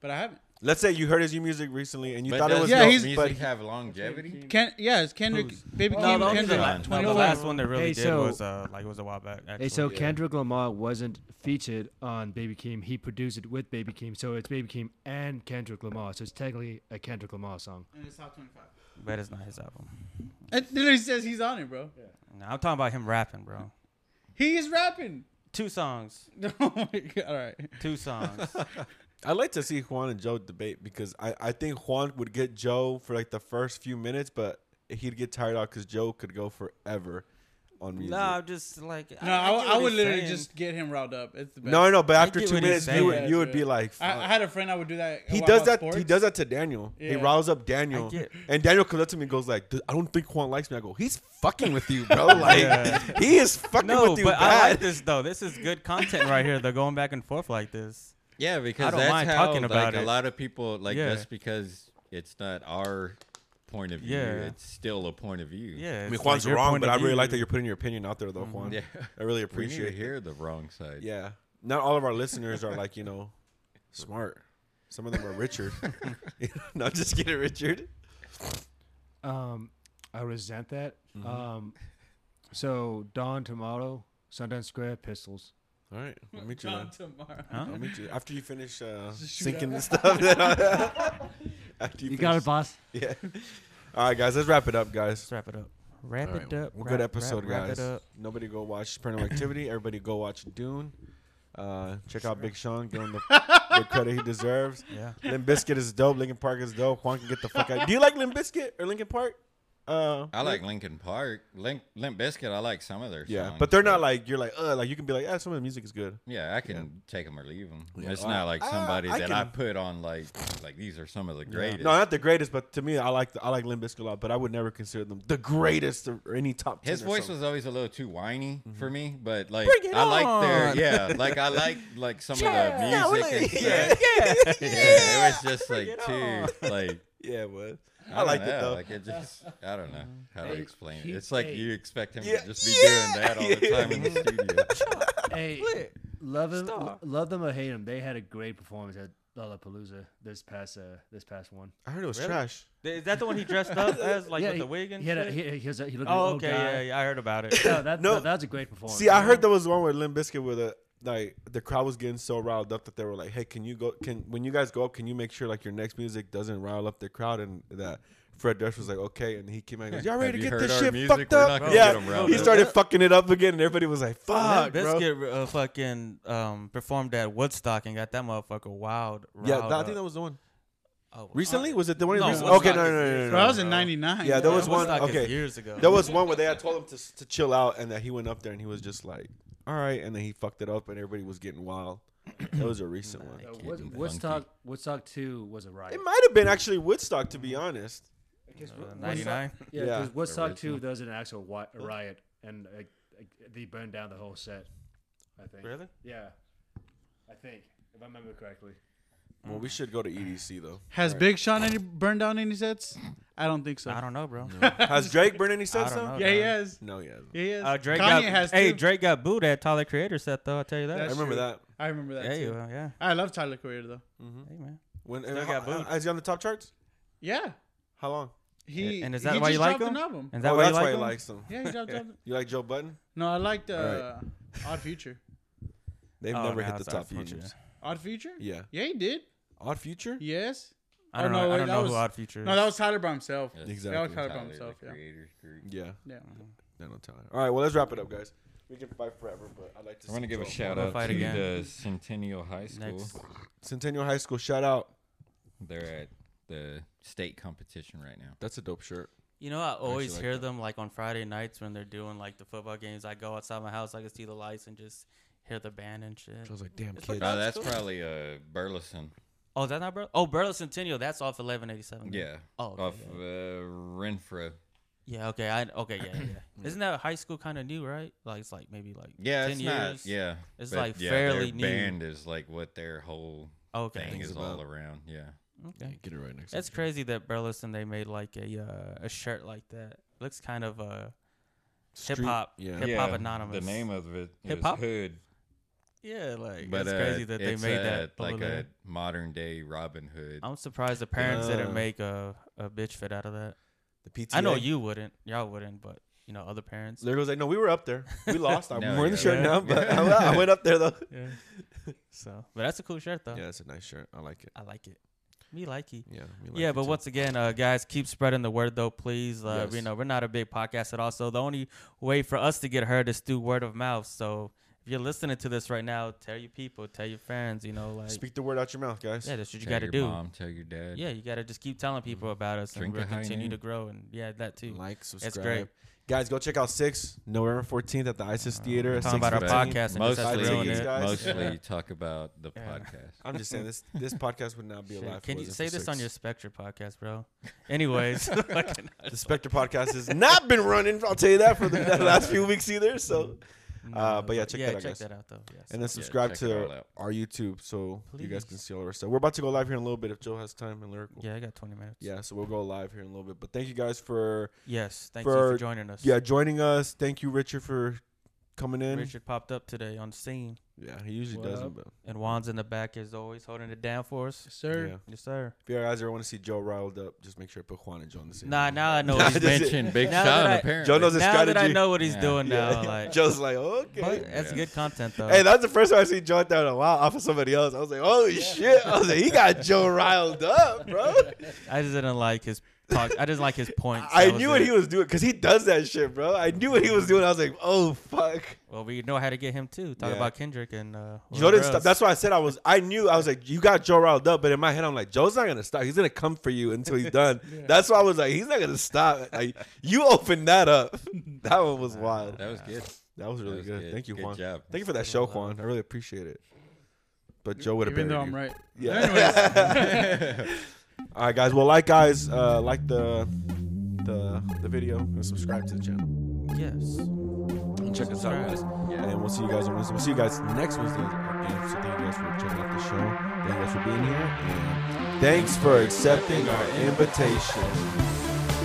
but I haven't. Let's say you heard his new music recently [LAUGHS] and you But thought it does was Yeah, yeah, dope, he's- music but have longevity? Ken, yeah, it's Kendrick, Who's- Baby No, King, the, only Kendrick. thing- Kendrick. no, the 21. last one that really Hey, did so- was uh, like it was a while back. Actually. Hey, so yeah. Kendrick Lamar wasn't featured on Baby Keem. He produced it with Baby Keem, so it's Baby Keem and Kendrick Lamar. So it's technically a Kendrick Lamar song. And it's top twenty-five. but it's not his album. It literally says he's on it, bro. No, I'm talking about him rapping, bro. He is rapping. [LAUGHS] Two songs. oh my god! All right. Two [LAUGHS] songs. I'd like to see Juan and Joe debate because I, I think Juan would get Joe for like the first few minutes, but he'd get tired out because Joe could go forever on music. no, I'm just like. No, I, get I, what would he's literally saying. just get him riled up. It's the best. no, no, but after get two what he's minutes, you would, saying. you would be like, I, "Fuck." I had a friend I would do that. he while I does was that. He sports. does that to Daniel. He Yeah. riles up Daniel, I get- and Daniel comes up to me and goes like, "Dude, "I don't think Juan likes me." I go, "He's fucking with you, [LAUGHS] bro. Like Yeah. he is fucking No, with but you I like bad." this though. This is good content right here. They're going back and forth like this. Yeah, because don't that's mind how talking about like a it. lot of people like Yeah. just because it's not our point of view, Yeah. it's still a point of Yeah. view. I it's mean, like Juan's your wrong, point but of I really view. Mm, like that you're putting your opinion out there, though, Juan. Yeah. I really We need appreciate to it. hear the wrong side. Yeah. Not all of our listeners are like, you know, smart. Some of them are [LAUGHS] Richard. Not just kidding, Richard. Um, I resent that. Um, so Don Tomato, Sundance Square, Pistols. All right. I'll meet you. Come Man. tomorrow. Huh? I'll meet you. After you finish uh, sinking this stuff. then I'll- [LAUGHS] After you, finish- boss. Yeah. All right, guys. Let's wrap it up, guys. Let's wrap it up. Wrap All right. it up. Well, wrap, good episode, wrap, Wrap guys. it up. Nobody go watch Paranormal Activity. Everybody go watch Dune. Uh, check out Big Sean. Give him the, the credit he deserves. Yeah. Limp Biscuit is dope. Lincoln Park is dope. Juan can get the fuck out. Do you like Limp Biscuit or Lincoln Park? Uh, I like Lincoln Park. Link Limp Biscuit, I like some of their Yeah, songs, but they're not like you're like uh like you can be like yeah some of the music is good. Yeah, I can take 'em take them or leave them. Yeah. It's Well, not like I- somebody I that I can- put on like like these are some of the greatest. No, not the greatest, but to me I like the, I like Limp Bizkit a lot, but I would never consider them the greatest or any top. 10 His or voice something. was always a little too whiny for me, but like Mm-hmm. Bring it I like their on. yeah, like I like like some of the music [LAUGHS] and yeah, stuff. [LAUGHS] Yeah, it was just like it too like yeah, it was. [LAUGHS] I, I, liked don't it know, though. Like it just I don't know how to Hey, explain it. he- It's like hey. you expect him Yeah. to just be doing that all Yeah. Mm-hmm. the time in the [LAUGHS] studio. Hey, love them, love them or hate them. They had a great performance at Lollapalooza this past uh, this past one. I heard it was Really? trash. Is that the one he dressed [LAUGHS] up as, like yeah, with he, the wig and he had a, shit? he, he, was a, he looked like oh, an old okay. guy. Yeah, yeah, I heard [LAUGHS] about it. No, that, No. no, that's a great performance. See, I heard there was one where Limp Bizkit with a like the crowd was getting so riled up that they were like, "Hey, can you go? Can when you guys go up, can you make sure like your next music doesn't rile up the crowd?" And that Fred Durst was like, "Okay," and he came out and [LAUGHS] goes, "Y'all Have ready to you get heard this our shit music? fucked We're up?" not gonna Yeah, get 'em riled he up. started fucking it up again, and everybody was like, Limp "Fuck, bro." Biscuit uh, fucking um, performed at Woodstock and got that motherfucker wild. Yeah, that, I think that was the one. Oh, was Recently? Was it the one? No, recent- Woodstock okay, no, is no, no, no, years no, Bro, ago. no. that was in bro. '99. Yeah, there was one- Woodstock is okay. years ago. There was one where they had told him to to chill out, and that he went up there and he was just like, "All right," and then he fucked it up, and everybody was getting wild. That was a recent one. Uh, Kid Wood- and Woodstock, Woodstock Two was a riot. Uh, It might have been actually Woodstock, to be honest. ninety nine. Yeah, Yeah. 'cause Woodstock Two Original. there was an actual wi- a riot, and uh, uh, they burned down the whole set. I think. Really? Yeah, I think if I remember correctly. Well, we should go to EDC [LAUGHS] though. Has Big Sean any burned down any sets? I don't think so. I don't know, bro. Has Drake burned any I sets don't know. though? yeah, he dog. has. No, he hasn't. Yeah, he has. Uh, Drake Kanye got, has. hey, too. Drake got booed at Tyler Creator set though. I'll tell you that. I That's remember true. that. I remember that. yeah, too. you, uh, yeah. I love Tyler Creator though. Hey, man. When Still and got how- booed. how- is he on the top charts? Yeah. How long? He And is that he why just you like dropped him? An album. And that oh, why that's you like why him? he likes them. Yeah, he [LAUGHS] dropped. album. You like Joe Button? No, I liked uh, Odd Future. They've Oh, never no, hit the it's Odd top Future. hundred. Odd Future. Yeah. Yeah, he did. Odd Future? Yes. I Oh, don't no, know. I wait, don't that know was- who Odd Future. No, that was Tyler by himself. Yeah. Exactly. That was Tyler by Tyler, himself. the Yeah. creators group. Yeah. Yeah. No, no, Tyler. All right. Well, let's wrap it up, guys. We can fight forever, but I'd like to. I want see to give a Joe. shout Wanna out fight to again? the Centennial High School. Next. Centennial High School. Shout out. They're at the state competition right now. That's a dope shirt. You know, I always like hear that. them like on Friday nights when they're doing like the football games. I go outside my house, I can see the lights and just hear the band and shit. I was like, damn It's kid. like- Oh, That's that's cool. probably uh Burleson. Oh, is that not Bur- Oh, Burla Centennial. That's off eleven eighty seven. Yeah. Oh, okay, Off yeah. uh, Renfro. Yeah. Okay. I okay. Yeah. yeah, Yeah. Isn't that high school kind of new, right? Like it's like maybe like Yeah, ten it's years. not. Yeah, It's, but like, yeah, fairly their new. Band is like what their whole Okay. thing Thing's is all about. around. Yeah, Okay. Get it right next. It's crazy that Burleson they made like a uh, a shirt like that. Looks kind of uh hip hop. yeah. Hip hop anonymous. The name of it is Hip hop? Hood, Yeah. Like but it's uh, crazy that they it's, made uh, that over like there. a modern day Robin Hood. I'm surprised the parents Uh. didn't make a, a bitch fit out of that. The PTA. I know you wouldn't, y'all wouldn't, but you know other parents. [LAUGHS] There goes like, no, we were up there. We lost. I'm No, wearing the yeah. shirt Yeah. [LAUGHS] now, but I went up there though. Yeah. so, but that's a cool shirt though. Yeah, it's a nice shirt. I like it. I like it. Me likey. Yeah. we like Yeah, it but too. once again, uh, guys, keep spreading the word though, please. Uh, Yes. You know, we're not a big podcast at all, so the only way for us to get heard is through word of mouth. So if you're listening to this right now, tell your people, tell your friends. You know, like speak the word out your mouth, guys. yeah, that's what you Tell got to your do. Mom, tell your dad. Yeah, you got to just keep telling people about us, Drink and a we'll high continue noon. to grow. And yeah, that too. Like, subscribe. great. Uh, Guys, go check out Six November fourteenth at the ISIS Theater. at talking about our 6:15. podcast and just Mostly, has to ruin tickets, it. guys. mostly Yeah. talk about the Yeah. podcast. I'm just saying this this podcast would not be Shit, alive. if it Can you wasn't say for this on your Six. Spectre podcast, [LAUGHS] bro? [LAUGHS] Anyways, [LAUGHS] fucking- The Spectre podcast has not been running. I'll tell you [LAUGHS] that for the last few weeks either. So, no, Uh, but yeah, check that out, check guys. that out though. Yes. and then subscribe check it all to out. our YouTube so you Please. guys can see all of our stuff. We're about to go live here in a little bit if Joe has time and lyrical. yeah, I got 20 minutes. Yeah, so we'll go live here in a little bit. But thank you guys for Yes. Thank you For- for joining us. yeah joining us. Thank you, Richard, for coming in. Richard popped up today on the scene, Yeah, he usually What doesn't. up? But and Juan's in the back as always, holding it down for us. Sir, yeah. Yes, sir. If you guys ever want to see Joe riled up, just make sure to put Juan and Joe on the same. Nah, page. now I [LAUGHS] know Nah, what he's just- doing. Mention Big Now Sean that I- apparently. Joe knows his Now that I strategy. know what he's Yeah. doing Yeah. now, like [LAUGHS] Joe's like, okay. but that's Yeah. good content though. Hey, that's the first time I see Joe down a lot off of somebody else. I was like, holy shit. I was like, he got Joe riled up, [LAUGHS] bro. I just didn't like his talk. I didn't like his points. [LAUGHS] I That was knew what it. he was doing because he does that shit, bro. I knew what he was doing. I was like, oh, fuck. Well, we know how to get him too. Talk Yeah. about Kendrick and uh, Joe didn't Rose. stop. That's why I said I was. I knew I was like, you got Joe riled up, but in my head I'm like, Joe's not gonna stop. He's gonna come for you [LAUGHS] until he's done. That's why I was like, he's not gonna stop. Like you opened that up. [LAUGHS] That one was wild. That was good. That was really was good. good. Thank you, Good Juan. job. Thank you for that show, Juan. I really appreciate it. But Joe would have even been though I'm right. Yeah. [LAUGHS] All right, guys. Well, like, guys, uh, like the the the video and subscribe to the channel. yes. And check us out, guys. And we'll see you guys on Wednesday. We'll see you guys next Wednesday. again. So thank you guys for checking out the show. Thank you guys for being here. And thanks for accepting our invitation.